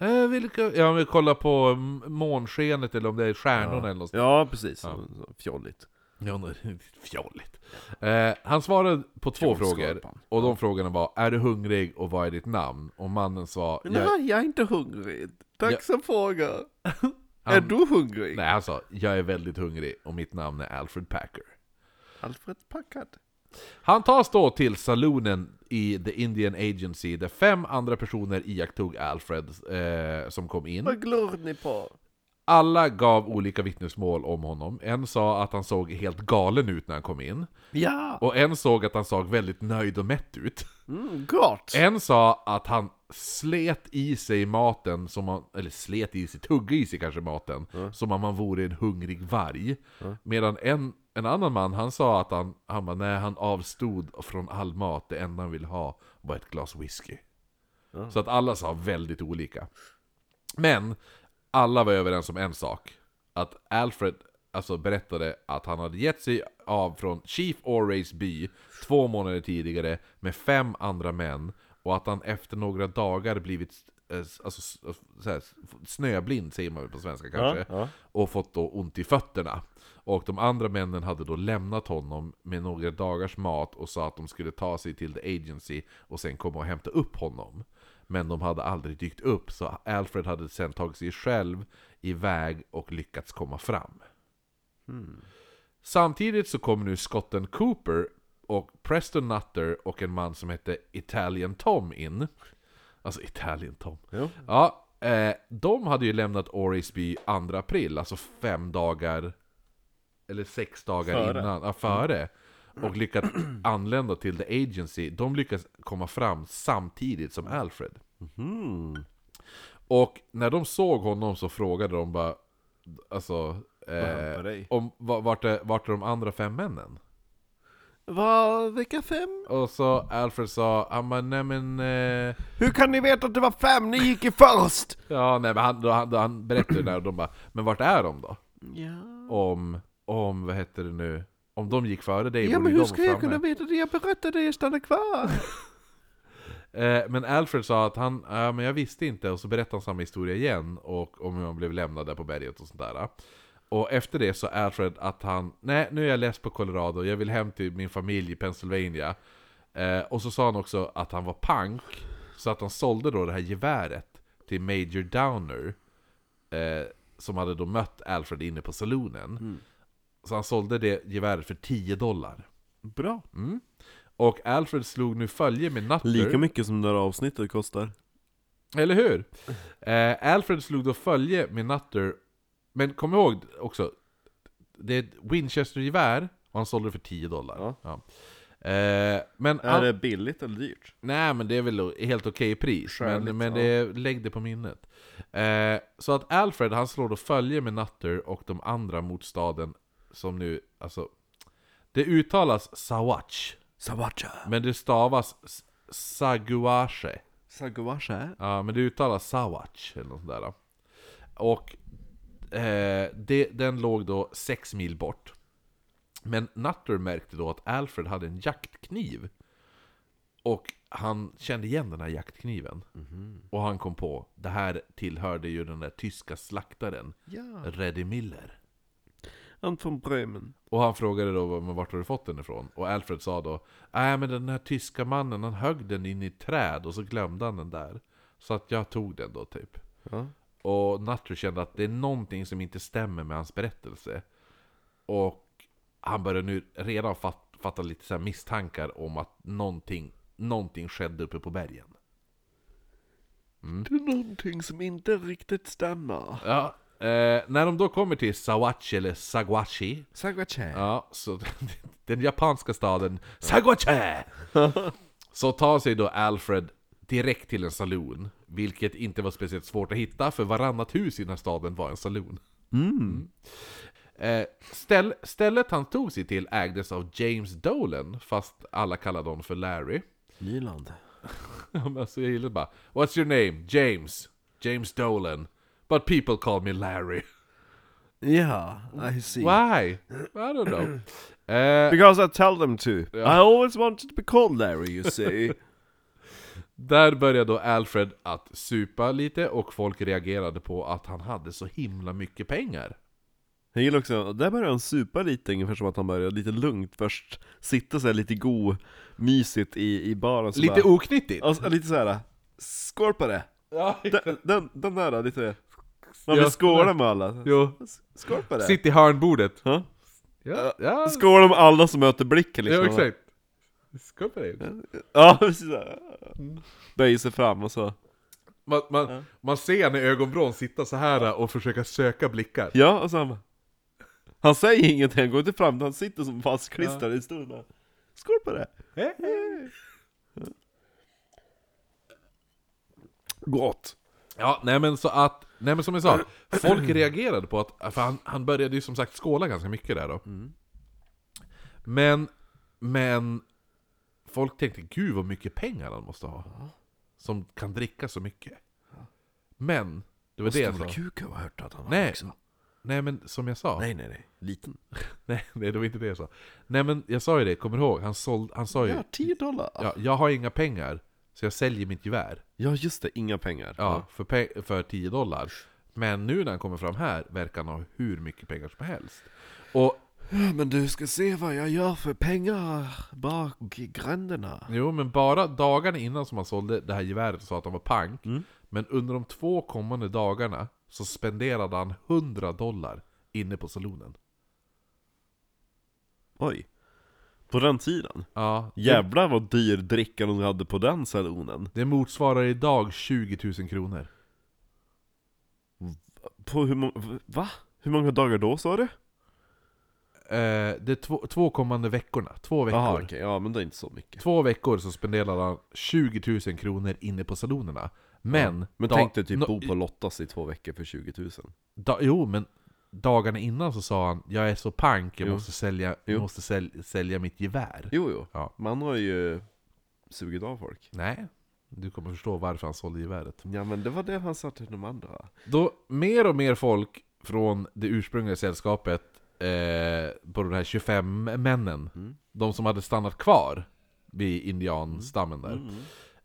Eh, vilka... Ja, vi kollar på mm, månskenet eller om det är stjärnorna eller något sånt. ja, precis. Ja. Så- så Fjolligt. Ja, nu- fjolligt. Eh, han svarade på två frågor, Fjolskorpan. och de frågorna var 'Är du hungrig?' och 'Vad är ditt namn?' Och mannen sa jag, Nej, jag är inte hungrig. Tack Ja. som frågar. Han- är du hungrig? Nej, han sa 'Jag är väldigt hungrig och mitt namn är Alfred Packer' Alfred Packard. Han tas då till salonen i The Indian Agency där fem andra personer iakttog Alfred eh, som kom in. Vad glor ni på? Alla gav olika vittnesmål om honom. En sa att han såg helt galen ut när han kom in. Ja, Och en såg att han såg väldigt nöjd och mätt ut. <laughs> mm, Eh. gott. En sa att han slet i sig maten, som han, eller slet i sig, tuggade i sig kanske maten, som om han vore en hungrig varg. Medan en, en annan man, han sa att han, han, bara, nej, han avstod från all mat, det enda han ville ha var ett glas whisky. Så att alla sa väldigt olika. Men alla var överens om en sak. Att Alfred alltså, berättade att han hade gett sig av från Chief Orays by två månader tidigare med fem andra män och att han efter några dagar blivit eh, alltså, s- så här, snöblind, säger man väl på svenska kanske, ja. och fått då ont i fötterna. Och de andra männen hade då lämnat honom med några dagars mat och sa att de skulle ta sig till The Agency och sen komma och hämta upp honom. Men de hade aldrig dykt upp, så Alfred hade sen tagit sig själv iväg och lyckats komma fram. Samtidigt så kommer nu skotten Cooper och Preston Nutter och en man som hette Italian Tom in. Alltså Italian Tom. Jo. Ja, eh, de hade ju lämnat Orisby 2 april, alltså fem dagar eller sex dagar Före. innan, ja, före. Och lyckats anlända till The Agency. De lyckas komma fram samtidigt som Alfred. Mm. Och när de såg honom så frågade de bara Alltså hände med eh, dig? om, va- vart, är, vart är de andra fem männen? Var, vilka fem? Och så Alfred sa, han bara, nej men... Eh, Hur kan ni veta att det var fem? Ni gick ju först! ja, nej men han, då, han, då, han berättade det där och de bara, men vart är de då? Ja, Om, om, vad heter det nu? Om de gick före dig ja borde men ju hur de ska jag framme. kunna veta det? Jag berättade det, stanna kvar. Eh, men Alfred sa att han, ja men jag visste inte, och så berättade han samma historia igen, och om hur han blev lämnad där på berget och sånt där. Och efter det sa Alfred att han, nej nu är jag less på Colorado, jag vill hem till min familj i Pennsylvania. Eh, och så sa han också att han var punk, så att han sålde då det här geväret till Major Downer, eh, som hade då mött Alfred inne på salonen. Så han sålde det geväret för 10 dollar. Bra. Och Alfred slog nu följe med Nutter. Lika mycket som det här avsnittet kostar. Eller hur? Eh, Alfred slog då följe med Nutter, men kom ihåg också, det är ett Winchester-gevär och han sålde det för 10 dollar. Ja. Eh, men Är han- det billigt eller dyrt? Nej men det är väl helt okej pris, men, Skäligt, men ja. det, lägg det på minnet. Eh, så att Alfred han slår då följe med Nutter och de andra mot staden som nu, alltså, det uttalas Sawatch, Sabacha. men det stavas S- Saguache. Saguasha? Ja, men det uttalas Sawatch eller något sånt där. Och eh, det, den låg då sex mil bort. Men Nutter märkte då att Alfred hade en jaktkniv. Och han kände igen den här jaktkniven. Och han kom på, det här tillhörde ju den där tyska slaktaren, Ja, Reddy Miller. han från Bremen. Och han frågade då men vart har du fått den ifrån? Och Alfred sa då Nej men den här tyska mannen han högg den in i ett träd och så glömde han den där Så att jag tog den då typ Ja. Och Nutter kände att det är någonting som inte stämmer med hans berättelse Och han började nu redan fat, fatta lite så här misstankar om att någonting, någonting skedde uppe på bergen Mm. Det är någonting som inte riktigt stämmer. Ja, eh, när de då kommer till Sawachi eller Sagwashi Sabacha. Ja, så <laughs> den japanska staden Sagoche! Så tar sig då Alfred direkt till en saloon, vilket inte var speciellt svårt att hitta, för varannat hus i den här staden var en saloon. Eh, ställ, stället han tog sig till ägdes av James Dolan, fast alla kallade honom för Larry. <laughs> Nyland. Ja, men alltså, jag gillar bara What's your name? James. James Dolan. But people call me Larry. Ja, I see. Why? <laughs> I don't know. Eh, Because I tell them to. I always wanted to be called Larry you <laughs> see. där började då Alfred att supa lite och folk reagerade på att han hade så himla mycket pengar. Jag gillar också, där började han supa lite ungefär som att han började lite lugnt först Sitta såhär lite go, mysigt i, i baren så Lite bara, oknyttigt. alltså, lite såhär, skål på det! Ja, Den, den, den där lite, man Ja. vill skåla med alla <laughs> jo. Skål på det! Sitt i hörnbordet. Ja. Ja, ja. Skåla med alla som möter blicken liksom ja exakt. Skål på dig. Ja, precis såhär. Böjer sig fram och så Man, man, man ser henne i ögonvrån sitta så här och försöka söka blickar. Ja, och sen Han säger ingenting, han går inte fram, han sitter som fastklistrad i stolen Skål på det! Gott! Ja, nej men så att, nej men som jag sa, folk reagerade på att, för han, han började ju som sagt skåla ganska mycket där då. Mm. Men, men, folk tänkte gud vad mycket pengar han måste ha. Som kan dricka så mycket. Men, det var det jag sa. kukar har jag hört att han Nej, nej men som jag sa. Nej nej nej, liten. <laughs> Nej, nej, det var inte det jag sa. Nej men jag sa ju det, kommer du ihåg? Han, såld, han sa ju, Ja, 10 dollar. Ja. ja, jag har inga pengar, så jag säljer mitt gevär. just det, inga pengar. Ja, för, pe- för 10 dollar. Men nu när han kommer fram här verkar han ha hur mycket pengar som helst. Och Men du ska se vad jag gör för pengar bak i gränderna. jo, men bara dagarna innan som han sålde det här geväret och sa att han var pank. Mm. Men under de två kommande dagarna så spenderade han 100 dollar inne på salonen. Oj. På den tiden? Ja, Jävlar vad dyr dricka de hade på den salonen. det motsvarar idag 20 000 kronor. På hur många... Va? Hur många dagar då sa du? Eh, de två, två kommande veckorna, två veckor. Jaha okej, ja men det är inte så mycket. Två veckor så spenderade han 20 000 kronor inne på salonerna. Men... Men da- tänk dig typ no- bo på Lottas i två veckor för 20 000. Da, jo, men dagarna innan så sa han Jag är så pank, jag Jo. måste, sälja, Jo. måste sälj, sälja mitt gevär. Jo jo, Ja. man har ju sugit av folk. Nej, du kommer förstå varför han sålde geväret. Ja men det var det han sa till de andra. Då mer och mer folk från det ursprungliga sällskapet eh, på de här 25 männen, de som hade stannat kvar vid indianstammen där.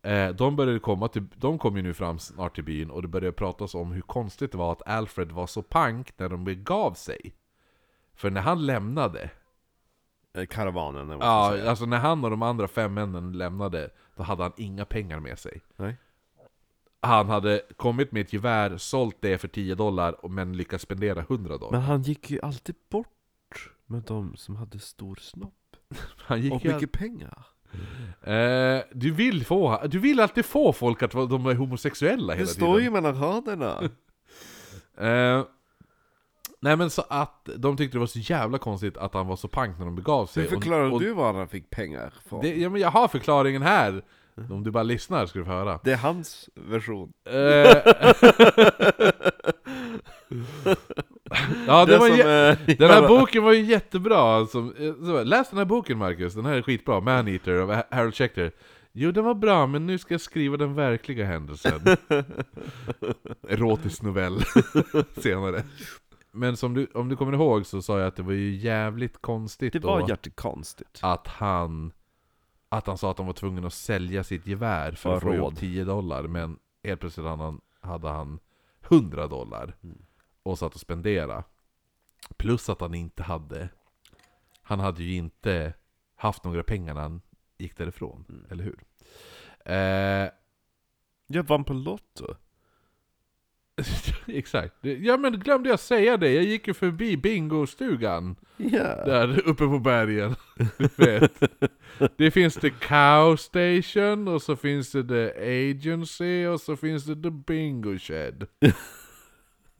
Eh, de, började komma till, de kom ju nu fram snart till byn och det började pratas om hur konstigt det var att Alfred var så pank när de begav sig. För när han lämnade Eh, Karavanen eller vad man ska Ja, säga. alltså när han och de andra fem männen lämnade, då hade han inga pengar med sig. Nej. Han hade kommit med ett gevär, sålt det för 10 dollar, och- men lyckats spendera 100 dollar. Men han gick ju alltid bort med de som hade stor snopp Han gick och ju mycket pengar. all- eh, du, vill få, du vill alltid få folk att vara- de är homosexuella Det hela står ju tiden. mellan <laughs> raderna. Eh, nej men så att de tyckte det var så jävla konstigt att han var så pank när de begav sig. Hur Och- förklarar och du var han fick pengar från? Det, Det, ja, men jag har förklaringen här. Om du bara lyssnar ska du få höra. är hans version. Eh. <laughs> ja, det Det var som, jä- <laughs> eh, <laughs> den här bara- boken var ju jättebra. Alltså, Eh, så, läs den här boken Marcus, den här är skitbra. Maneater av Ha- Harold Schechter. Jo, den var bra, men nu ska jag skriva den <laughs> verkliga händelsen. Erotisk novell <laughs> senare. Men som du, om du kommer ihåg så sa jag att det var ju jävligt konstigt Det då var jättekonstigt. att han Att han sa att han var tvungen att sälja sitt gevär för Ja, att få ihop råd. 10 dollar Men helt plötsligt hade han, hade han 100 dollar Och satt och spendera Plus att han inte hade Han hade ju inte haft några pengar när han gick därifrån, eller hur? Eh, <laughs> Jag vann på Lotto. exakt, ja men glömde jag säga det, jag gick ju förbi bingostugan <laughs> Ja. där uppe på bergen. Du vet. Det finns det Cow Station, och så finns det The Agency, och så finns det The Bingo Shed. Eh.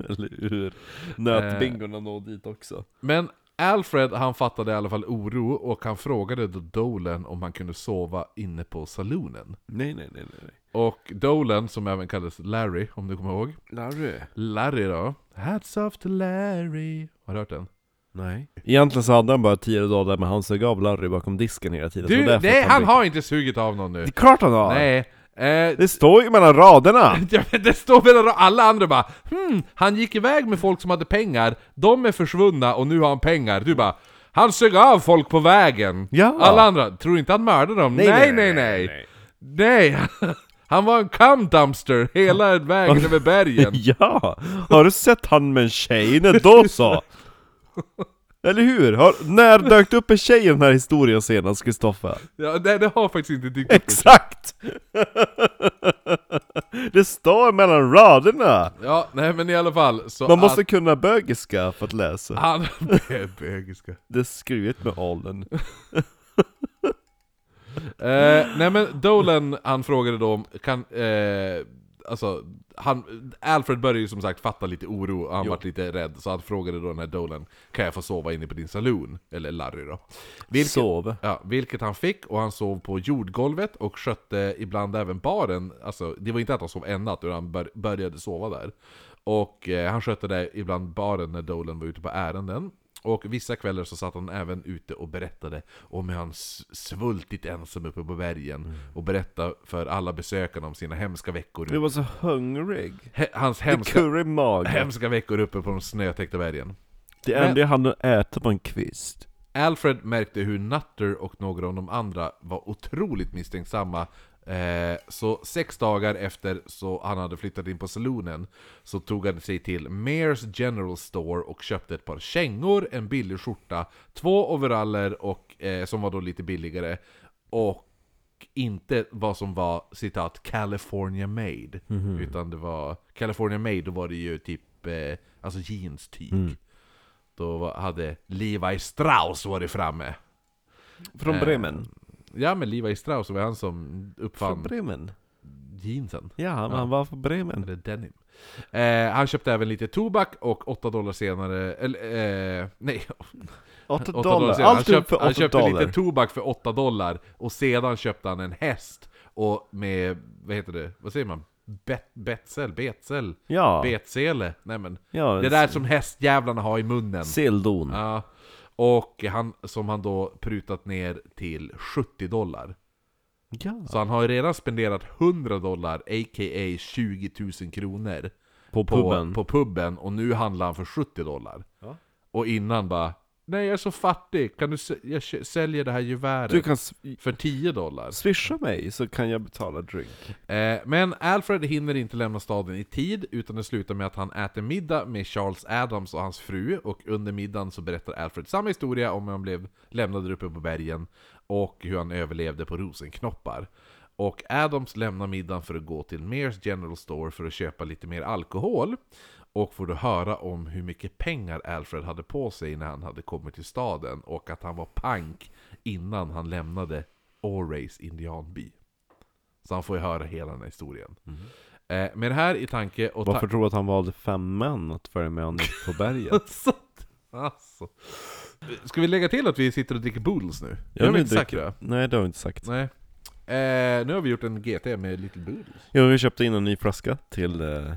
Eller hur? Nötbingorna nådde dit också. Men Alfred han fattade i alla fall oro och han frågade då Dolan om han kunde sova inne på salonen. Nej, nej, nej, nej. nej. Och Dolan, som även kallades Larry om du kommer ihåg. Larry? Larry då. Hats off to Larry. Har du hört den? Nej. Egentligen så hade han bara tio dagar men han sög av Larry bakom disken hela tiden. Du, så därför nej att han fick- har inte sugit av någon nu. Det är klart han har! Nej. Eh, Det står ju mellan raderna! <laughs> Ja, men det står mellan alla andra bara hmm, han gick iväg med folk som hade pengar, de är försvunna och nu har han pengar. Du bara han sög av folk på vägen. Ja. Alla andra, tror inte han mördade dem? Nej, nej, nej. Nej, <laughs> han var en cum dumpster hela vägen över bergen. Ja! Har du sett han med en tjej? Nej, då <laughs> så! Eller hur? Har, när dök det upp en tjej i den här historien senast, Kristoffer? Ja, det, det har faktiskt inte dykt upp. Exakt! <laughs> Det står mellan raderna! Ja, nej men i alla fall. Så Man måste att kunna bögiska för att läsa. han... <laughs> Bögiska. Det är skrivet med åldern. Eh, nej men Dolan, han frågade då om, kan, eh, alltså, han, Alfred började ju som sagt fatta lite oro, och han vart lite rädd, så han frågade då den här Dolan, kan jag få sova inne på din saloon? Eller Larry då. Vilket, Sov. Ja, vilket han fick, och han sov på jordgolvet och skötte ibland även baren, alltså det var inte att han sov en natt, utan han bör, började sova där. Och eh, han skötte det ibland baren när Dolan var ute på ärenden. Och vissa kvällar så satt han även ute och berättade om hur han s- svultit ensam uppe på bergen Mm. och berättade för alla besökarna om sina hemska Du veckor. var så hungrig. He- hans Det hemska, kurrar i magen. hemska veckor uppe på de snötäckta bergen. Det Äh, Men- enda jag hann äta var en kvist. Alfred märkte hur Nutter och några av de andra var otroligt misstänksamma eh, Så sex dagar efter så han hade flyttat in på salonen Så tog han sig till Mares General Store och köpte ett par kängor, en billig skjorta Två overaller och, eh, som var då lite billigare Och inte vad som var citat 'California made' Utan det var California made, då var det ju typ eh, Alltså jeans-tyg då var- hade Levi Strauss varit framme. Från Eh, Bremen. Ja men Levi Strauss var han som Från uppfann Bremen. jeansen. Ja, men han var från Bremen. Eller denim. Eh, han köpte även lite tobak och 8 dollar senare, eller eh, nej, 8 8 dollar. senare. Allt upp för 8 han köpte dollar. lite tobak för 8 dollar och sedan köpte han en häst och med, vad heter det, vad säger man? Bet, betsel, betsel, ja. betsele, nej men. ja, Det där som hästjävlarna har i munnen. Sildon. Ja, och han, som han då prutat ner till 70 dollar. Ja. Så han har ju redan spenderat 100 dollar, a.k.a. 20 000 kronor På på puben. på puben och nu handlar han för 70 dollar. Ja. Och innan bara Nej jag är så fattig, kan du sä- jag kö- säljer det här geväret Du kan s- för 10 dollar? swisha mig så kan jag betala drink. Eh, men Alfred hinner inte lämna staden i tid, utan det slutar med att han äter middag med Charles Adams och hans fru, och under middagen så berättar Alfred samma historia om hur han blev lämnad där uppe på bergen, och hur han överlevde på rosenknoppar. Och Adams lämnar middagen för att gå till Mears General Store för att köpa lite mer alkohol, och får då höra om hur mycket pengar Alfred hade på sig när han hade kommit till staden, och att han var pank innan han lämnade Orays indianby. Så han får ju höra hela den här historien. Eh, med det här i tanke och Mhm. Varför ta- tror du att han valde fem män att följa med honom på berget? <laughs> Så- alltså. Ska vi lägga till att vi sitter och dricker Boodles nu? Jag har vi vill inte sagt dricka- det? Nej, det har vi inte sagt. Nej. Eh, nu har vi gjort en GT med Little Boodles. Jo, vi köpte in en ny flaska till, eh,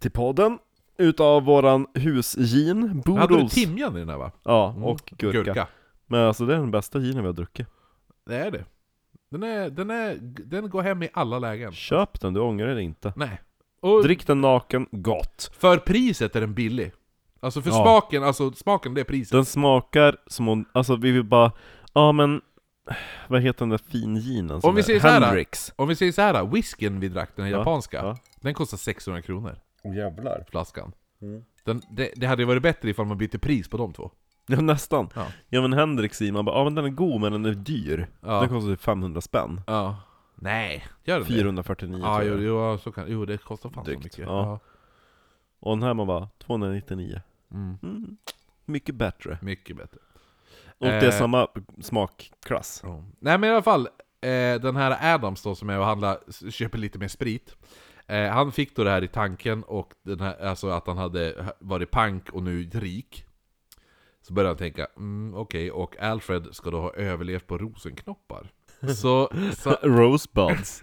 till podden. Utav våran husgin, Hade du Boodles. timjan i den här va? Ja, Mm. och gurka. Men alltså det är den bästa ginen vi har druckit. Det är det. Den, är, den, är, den går hem i alla lägen. Köp den, du ångrar dig inte. Nej. Och Drick den naken, gott. för priset är den billig. Alltså för Ja. smaken, alltså smaken det är priset. Den smakar som om, alltså vi vill bara, ja men, vad heter den där finginen som Om vi är- säger så här, Hendrix. Om vi säger så här, whiskyn vi drack, den här Ja, japanska, ja. den kostar 600 kronor. Jävlar. flaskan. Den, det, det hade ju varit bättre ifall man bytte pris på de två. Ja nästan. Ja. Ja men Hendrix i, man bara, ja men den är god men den är dyr. Ja. Den kostar typ 500 spänn. Ja. Nej, gör den det? 449 Ja, tror jo, jag. jo, ja, så kan, jo, det kostar fan Drygt, så mycket. ja. Och den här man bara, 299. Mm. Mm. Mycket bättre. Mycket bättre. Och det är Eh. samma smakklass. Ja. Nej men i alla fall, eh, den här Adams då som är och handlar, s- köper lite mer sprit. Eh, han fick då det här i tanken, och den här, alltså att han hade varit pank och nu rik. Så Så börjar han tänka, mm, okej, och Alfred ska då ha överlevt på rosenknoppar. Så, så Rosebuds.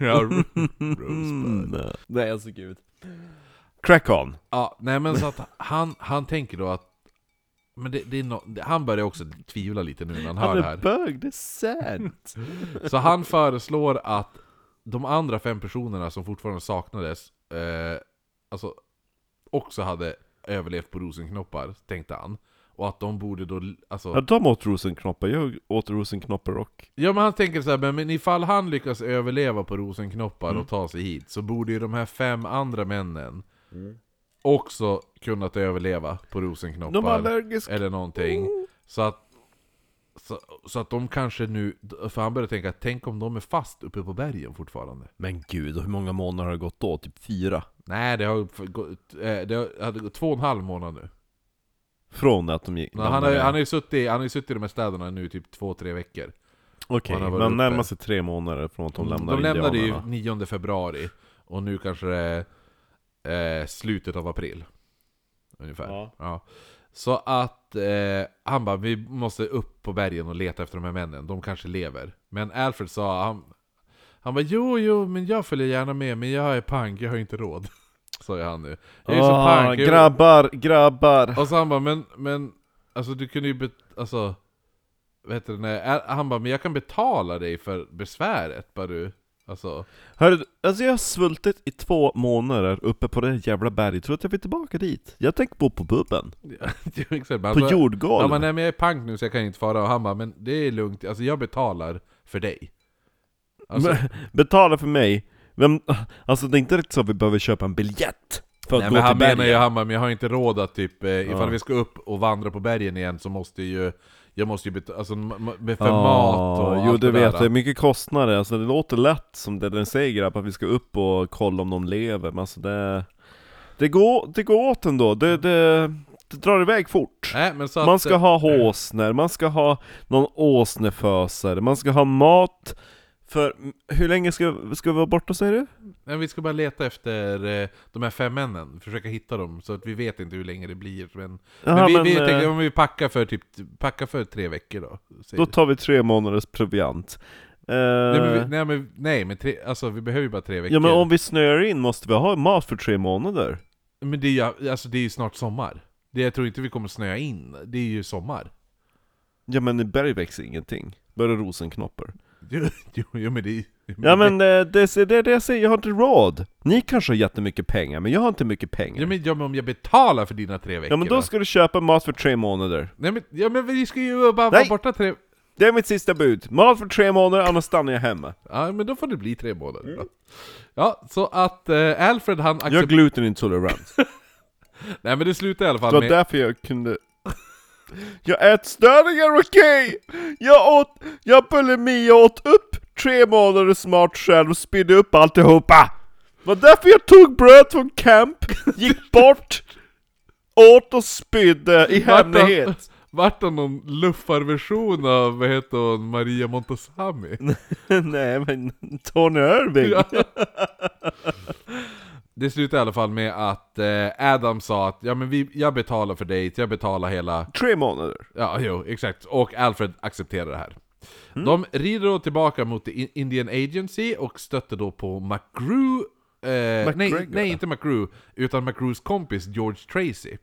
<laughs> Mm. ja, ro- rosebud. Nej, alltså gud. Crack on. Ja, nej men så att han, han tänker då att men det, det är nå- han börjar också tvivla lite nu när han hör Han det är här. bög, det <laughs> är sant. Så han föreslår att de andra fem personerna som fortfarande saknades, eh, alltså också hade överlevt på rosenknoppar, tänkte han. Och att de borde då, Ja, alltså, de åt rosenknoppar, jag åt rosenknoppar och... ja men han tänker så här, men, men ifall han lyckas överleva på rosenknoppar Mm. och ta sig hit, så borde ju de här fem andra männen också kunnat överleva på rosenknoppar. De var allergiska. eller någonting. Mm. Så att, så, så att de kanske nu, för han började tänka, tänk om de är fast uppe på bergen fortfarande? Men gud, och hur många månader har det gått då? Typ fyra? Nej, det har f- gått, eh, det har- hade gått två och en halv månad nu. Från att de gick... Men han, har, han, har ju suttit, han har ju suttit i de här städerna nu i typ två, tre veckor. Okej, han har varit men uppe. Mm, närmar sig tre månader från att de lämnar de lämnade ju indianerna. 9 februari, och nu kanske det är eh, slutet av april. Ungefär. Ja. Ja. Så att eh, han bara, vi måste upp på bergen och leta efter de här männen, de kanske lever. Men Alfred sa, han, han bara, jo, jo, men jag följer gärna med, men jag är pank, jag har inte råd. <laughs> Sa ju han nu. Jag är så Ah, pank. jag- grabbar, grabbar! och så han bara, men, men, alltså du kunde ju bet- alltså, vad heter det, nej, Al- han bara, men jag kan betala dig för besväret, bara du, alltså. <laughs> Hörru, alltså jag har svultit i två månader uppe på det här jävla berget, tror du att jag vill tillbaka dit? Jag tänker bo på puben, Det var exakt, Alltså, men på han bara, jordgolv! Han bara, nej men jag är pank nu så jag kan inte fara, och han bara, men det är lugnt, alltså jag betalar för dig. Alltså, Men- Betala för mig! Vem, alltså det är inte riktigt så att vi behöver köpa en biljett för att nej, gå men till han menar ju, berget. han bara, men jag har inte råd att typ, eh, ifall vi ska upp och vandra på bergen igen så måste ju, jag måste ju betala, alltså ma- ma- för mat och Jo allt du det vet, där. det är mycket kostnader, alltså det låter lätt som det den säger grabbar, att vi ska upp och kolla om de lever, men alltså det... Det går, det går åt ändå, det, det, det drar iväg fort. Nej, men så Man att, eh, ska ha håsner, man ska ha någon åsnefösare, man ska ha mat För m- hur länge ska, ska vi vara borta säger du? Nej, vi ska bara leta efter eh, de här fem männen, försöka hitta dem, så att vi vet inte hur länge det blir. Men, Jaha, men, vi, vi eh, tänker om vi packar för, typ, packar för tre veckor då. säger Då vi. tar vi tre månaders proviant Eh, nej, men, vi- nej, men, nej, men tre, alltså, vi behöver ju bara tre veckor. Ja men om vi snöar in måste vi ha mat för tre månader Men det, är, ju- alltså, det är ju snart sommar. Det, jag tror inte vi kommer snöa in, det är ju sommar. <laughs> Ja men i berg växer ingenting, bara rosenknoppar Jo, jo, jo, men det är Ja Mm. men eh, det är det, är det jag säger, jag har inte råd! Ni kanske har jättemycket pengar, men jag har inte mycket pengar Ja men, ja, men om jag betalar för dina tre veckor Ja men då då? ska du köpa mat för tre månader Nej, men, ja men vi ska ju bara Nej. vara borta tre... Det är mitt sista bud! Mat för tre månader, annars stannar jag hemma Ja men då får det bli tre månader Mm. då. Ja, så att eh, Alfred han Jag är accepterar... glutenintolerant Nej men det slutar i alla fall Det var med... därför jag kunde... Jag ät störningar, okej! Jag åt... Jag bulimi, jag åt upp tre månader smart själv och spydde upp alltihopa! Det var därför jag tog bröd från camp, <laughs> gick bort, åt och spydde i Vart han, hemlighet! vart han någon luffarversion av, vad heter hon, Maria Montazami? <laughs> Nej men, Tony Irving! Ja. Det slutade i alla fall med att eh, Adam sa att ja, men vi, jag betalar för dig, jag betalar hela... Tre månader. Ja, jo, exakt. Och Alfred accepterar det här. De rider då tillbaka mot the I- Indian Agency och stöter då på McGrew... Eh, nej, McGregor. nej, inte McGrew, utan McGrews kompis George Tracy.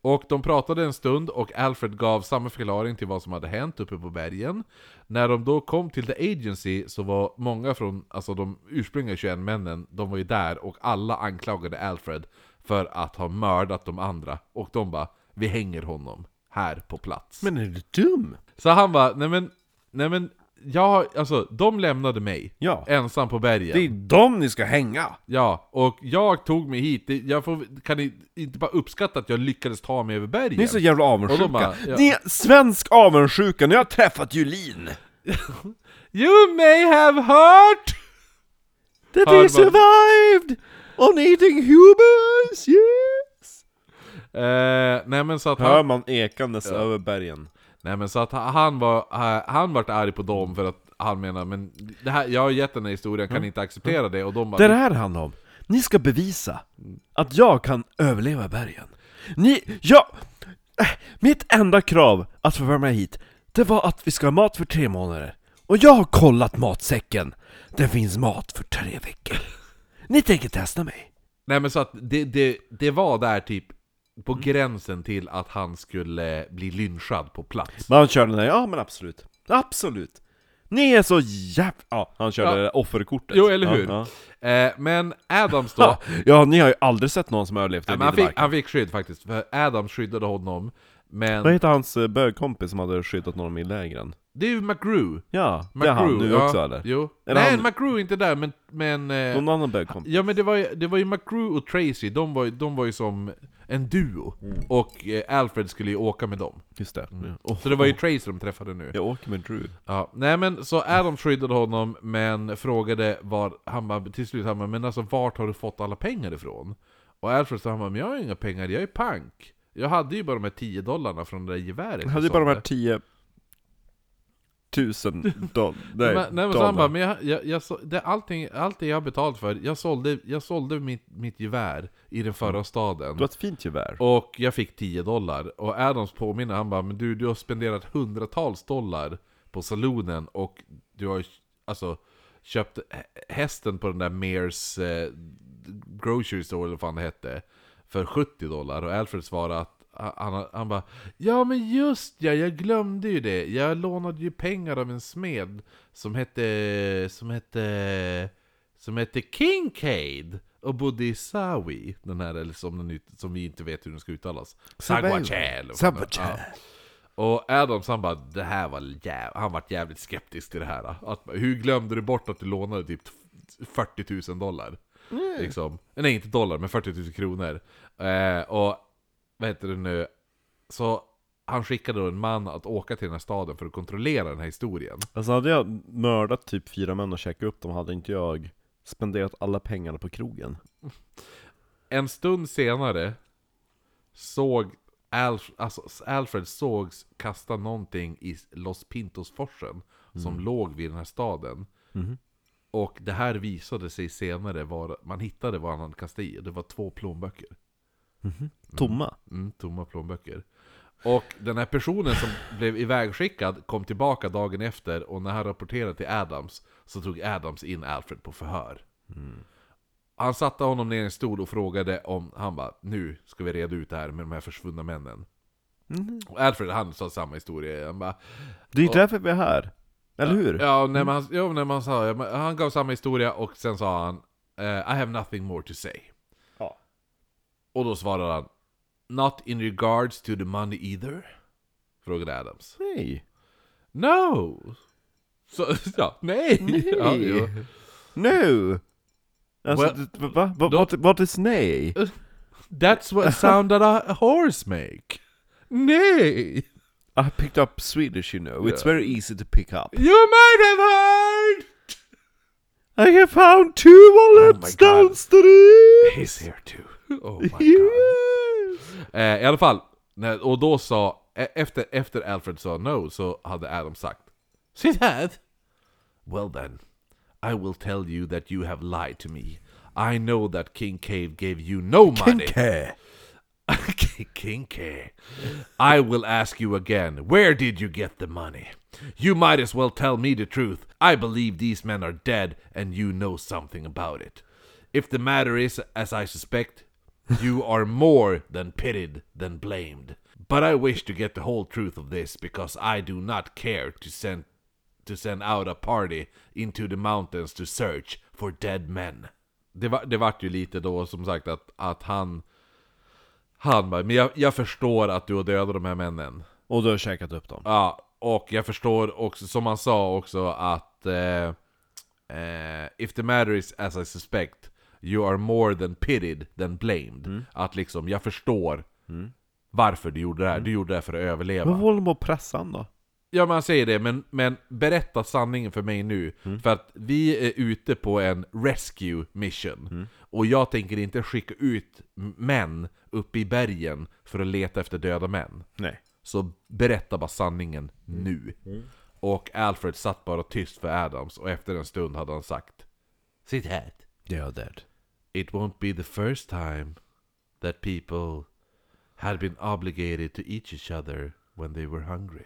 Och de pratade en stund och Alfred gav samma förklaring till vad som hade hänt uppe på bergen. När de då kom till The Agency så var många från, alltså de ursprungliga 21 männen, de var ju där och alla anklagade Alfred för att ha mördat de andra. Och de bara, vi hänger honom här på plats. Men är du dum? Så han bara, nej men, nej men, jag, har- alltså de lämnade mig. Ja. Ensam på bergen. är dem ni ska hänga! Ja, och jag tog mig hit. Det- Jag får, kan ni inte bara uppskatta att jag lyckades ta mig över bergen? Ni är så jävla Och avundsjuka! de bara, ja. Ni är svensk avundsjuka, ni har träffat Julin! You may have heard! That Hör we man- survived on eating humans, yes! Eh, nej men så att Hör han, man ekandes över bergen. nej, men så att ha- han var, ha- han vart arg på dem för att han menar men det här, jag har gett den här historien, kan inte acceptera det? Och de bara, Mm. Det är det här det handlar om. Ni ska bevisa att jag kan överleva bergen. Ni, jag, äh, Mitt enda krav att få vara med hit, det var att vi ska ha mat för tre månader. Och jag har kollat matsäcken. Det finns mat för tre veckor. Ni tänker testa mig? Nej men så att det, det, det var där typ på Mm. gränsen till att han skulle bli lynchad på plats. Men han körde den där, ja men absolut. Absolut. Ni är så jävla... Ja, han körde Ja. det där offerkortet. Jo, eller hur? Ja, Eh, men Adams <laughs> då, ja. ja, ni har ju aldrig sett någon som har överlevt Nej, en men han, fick, vildmark. han fick skydd faktiskt, för Adams skyddade honom. Vad Men heter hans eh, bögkompis som hade skyddat någon i lägren? det är ju McGrew. Ja, det är McGrew, han nu ja, också eller? Jo. Eller Nej, han- McGrew är inte där, men... men eh, Någon annan bögkompis? Ja men det var ju, det var ju McGrew och Tracy, de var, ju- de var ju som en duo. Mm. Och eh, Alfred skulle ju åka med dem. Just det. Så det var ju Tracy de träffade nu. Jag åker med Drew. Ja. Nej men så Adam skyddade honom, men frågade var, han bara, till slut han bara, men alltså vart har du fått alla pengar ifrån? Och Alfred sa han bara, men jag har ju inga pengar, jag är pank. Jag hade ju bara de här 10 dollarna från det där geväret. Jag hade ju jag bara de här sålde." 10 tusen dollar. Nej, men, <laughs> nej men så dollar. han bara, men jag, jag, jag, så- det, allting, allt det jag har betalt för, jag sålde, jag sålde mitt, mitt gevär i den förra staden. Du har ett fint gevär. Och jag fick 10 dollar. Och Adams påminner, han bara Men du, du har spenderat hundratals dollar på salonen och du har alltså köpt hä- hästen på den där Mears eh, grocery store eller vad fan det hette. För 70 dollar. Och Alfred svarar att han- han, han bara Ja men just ja, jag glömde ju det. Jag lånade ju pengar av en smed som hette, som hette som hette Kincaid och bodde i Sawi, den här eller som, den, ut- som vi inte vet hur den ska uttalas. Saguachel! Saguachel. Och Adams han bara, det här var jäv... han vart jävligt skeptisk till det här. Att, hur glömde du bort att du lånade typ 40 000 dollar? Liksom. Nej, inte dollar, men 40 000 kronor. Eh, och vad heter det nu? Så han skickade då en man att åka till den här staden för att kontrollera den här historien. Alltså hade jag mördat typ fyra män och käkat upp dem hade inte jag spenderat alla pengarna på krogen. Mm. En stund senare såg Alf, alltså Alfred sågs kasta någonting i Los Pintos-forsen som låg vid den här staden. Och det här visade sig senare vara, man hittade vad han hade kastat i, och det var två plånböcker. Tomma. Mm, tomma plånböcker. Och den här personen som blev ivägskickad kom tillbaka dagen efter och när han rapporterade till Adams så tog Adams in Alfred på förhör. Han satte honom ner i en stol och frågade om, han bara nu ska vi reda ut det här med de här försvunna männen. Och Alfred han sa samma historia, han bara Det är ju därför vi är här. Eller hur? Ja, när man, jo, när man sa, ja, men han gav samma historia och sen sa han eh, I have nothing more to say. Ja. Och då svarade han Not in regards to the money either? Frågade Adams. Nej. No! Så, <laughs> ja, nej! Ja, jo. No! Alltså, Well, det- va? va? va- What, what is nej? That's what sound that a horse make! Nej! I picked up Swedish you know, it's very easy to pick up. You might have heard! I have found two wallets Oh God. downstream! He's here too. Oh <laughs> my god. Eh, I alla fall, när- och då sa, e- efter, efter Alfred sa no så hade Adam sagt Sit här! Well then, I will tell you that you have lied to me. I know that King Cave gave you no money. <laughs> Kinky. I will ask you again, where did you get the money? You might as well tell me the truth. I believe these men are dead and you know something about it. If the matter is as I suspect, you are more than pitied than blamed. But I wish to get the whole truth of this because I do not care to send to send out a party into the mountains to search for dead men. Det, var, det vart ju lite då som sagt att, att han han bara, men jag, jag förstår att du har dödat de här männen. Och du har käkat upp dem. Ja, och jag förstår också, som han sa också, att eh, eh, If the matter is as I suspect, you are more than pitied than blamed. Att liksom, jag förstår varför du gjorde det här. Du gjorde det här för att överleva. Vad håller de på att pressa han då? Ja men han säger det, men, men berätta sanningen för mig nu. För att vi är ute på en rescue mission. Och jag tänker inte skicka ut m- män uppe i bergen för att leta efter döda män. Nej. Så berätta bara sanningen nu. Och Alfred satt bara tyst för Adams och efter en stund hade han sagt Sitt här. They are dead. It won't be the first time that people had been obligated to eat each other when they were hungry.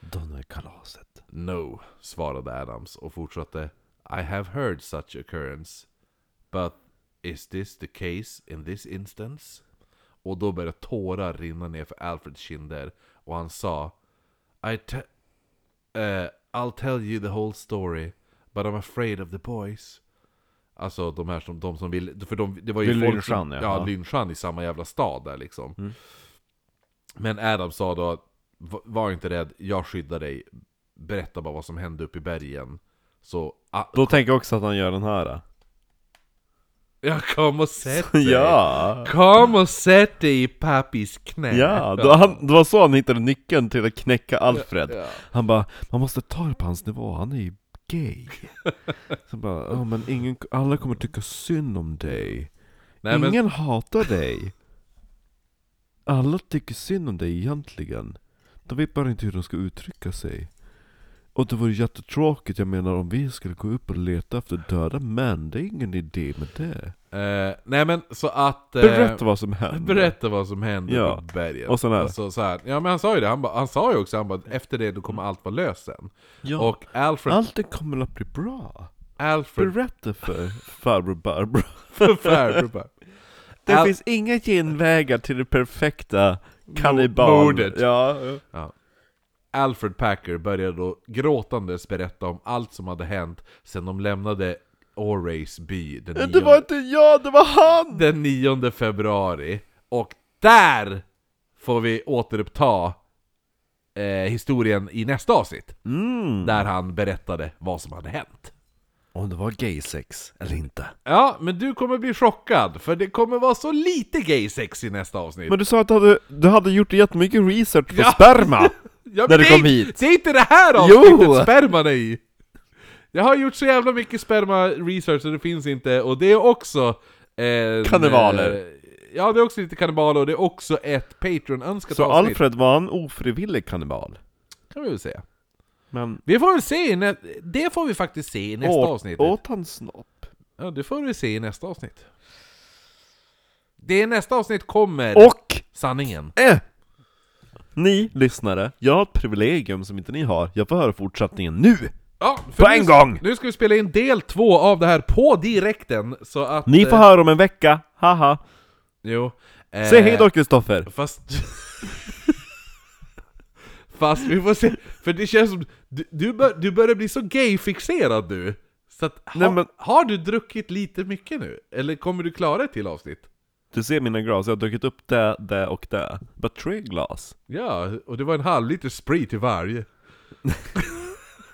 Donnerkalaset. No, svarade Adams och fortsatte I have heard such occurrence. But is this the case in this instance? Och då började tårar rinna ner för Alfreds kinder och han sa I te- eh, I'll tell you the whole story but I'm afraid of the boys. Alltså de här som, de som vill, för de, det var ju Vid folk Lynshan, som, ja. ja, Ja. Lynshan i samma jävla stad där liksom. Men Adam sa då att "Va- var inte rädd, jag skyddar dig. Berätta bara vad som hände uppe i bergen. Så ah, <laughs> Då tänker jag också att han gör den eh. här. jag kom och sätt dig. Ja! Kom och sätt dig i pappis knä. <laughs> Ja, då han, det var så han hittade nyckeln till att knäcka Alfred. Han bara, man måste ta det på hans nivå, han är ju <laughs> gay. Så bara, ja men ingen, alla kommer tycka synd om dig. Nej, men- ingen hatar dig. Alla tycker synd om dig egentligen. De vet bara inte hur de ska uttrycka sig. Och det vore jättetråkigt, jag menar om vi skulle gå upp och leta efter döda män, det är ingen idé med det. Eh, nej men så att... eh, Berätta vad som hände. Berätta vad som hände Ja. på berget. Och sån här. Alltså, så här. Ja men han sa ju det, han, ba, han sa ju också han bara, efter det då kommer allt vara löst sen. Ja. Och Alfred, Allt kommer att bli bra. <laughs> Alfred Berätta för farbror Barbro. <laughs> Farbror bara, <laughs> Det Al- finns inga genvägar till det perfekta kannibal... mordet. Ja. Alfred Packer började då gråtandes berätta om allt som hade hänt sen de lämnade Orays by den 9, Det var inte jag, det var han! den 9 februari. Och där får vi återuppta eh, historien i nästa avsnitt. Där han berättade vad som hade hänt. Om det var gaysex eller inte. Ja, men du kommer bli chockad, för det kommer vara så lite gay-sex i nästa avsnitt. Men du sa att du hade, du hade gjort jättemycket research på Ja. <laughs> sperma! Ja, när men du det är kom inte- hit. Det är inte det här Jo! avsnittet sperman är i! Jag har gjort så jävla mycket sperma-research så det finns inte, och det är också... En, Kannibaler. eh, Ja, det är också lite kannibaler, och det är också ett Patreon-önskat Så avsnitt, Alfred var en ofrivillig kannibal. kan vi väl säga. Men Vi får väl se, i nä- det får vi faktiskt se i nästa åt, avsnitt. åt han snopp? Ja, det får vi se i nästa avsnitt. Det nästa avsnitt kommer Och sanningen. eh, ni lyssnare, jag har ett privilegium som inte ni har. Jag får höra fortsättningen nu! Ja, för På nu, en gång! Nu ska vi spela in del två av det här på direkten, så att... Ni får eh, höra om en vecka, haha! Jo. Eh, Säg hej då Kristoffer! Fast... <laughs> fast vi får se, för det känns som... Du, du, bör, du börjar bli så gay-fixerad nu. Så att, ha, Nej, men- har du druckit lite mycket nu? Eller kommer du klara ett till avsnitt? Du ser mina glas, jag har druckit upp det, det och det. Bara tre glas. Ja, och det var en halv liter sprit till varje. <laughs>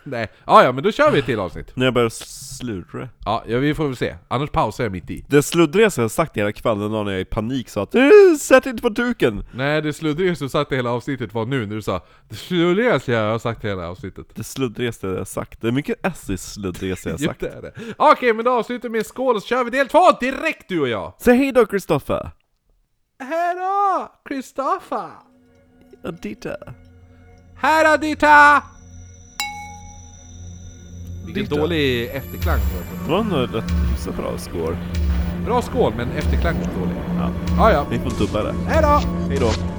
Nej, ah, ja men då kör vi ett till avsnitt. När jag börjar slurra. Ja, ja, vi får väl se. Annars pausar jag mitt i. Det sluddrigaste jag sagt hela kvällen var när jag i panik sa att "Eh, Sätt inte på duken! Nej, det sluddrigaste du sagt i hela avsnittet var nu när du sa Det sluddrigaste jag har sagt i hela avsnittet. Det sluddrigaste jag sagt. Det är mycket S i sluddrigaste jag Jo, sagt. det är det. Okej, men då avslutar vi med en skål och så kör vi del två direkt du och jag! Säg hej då Kristoffer! Hejdå, Kristoffer! Adita. Hejdå Dita! Vilken dålig efterklang. Det var nog rätt hyfsat bra score. Bra skål, men efterklang var dålig. Ja, ja. Vi får dubba det. Hejdå! Hej då.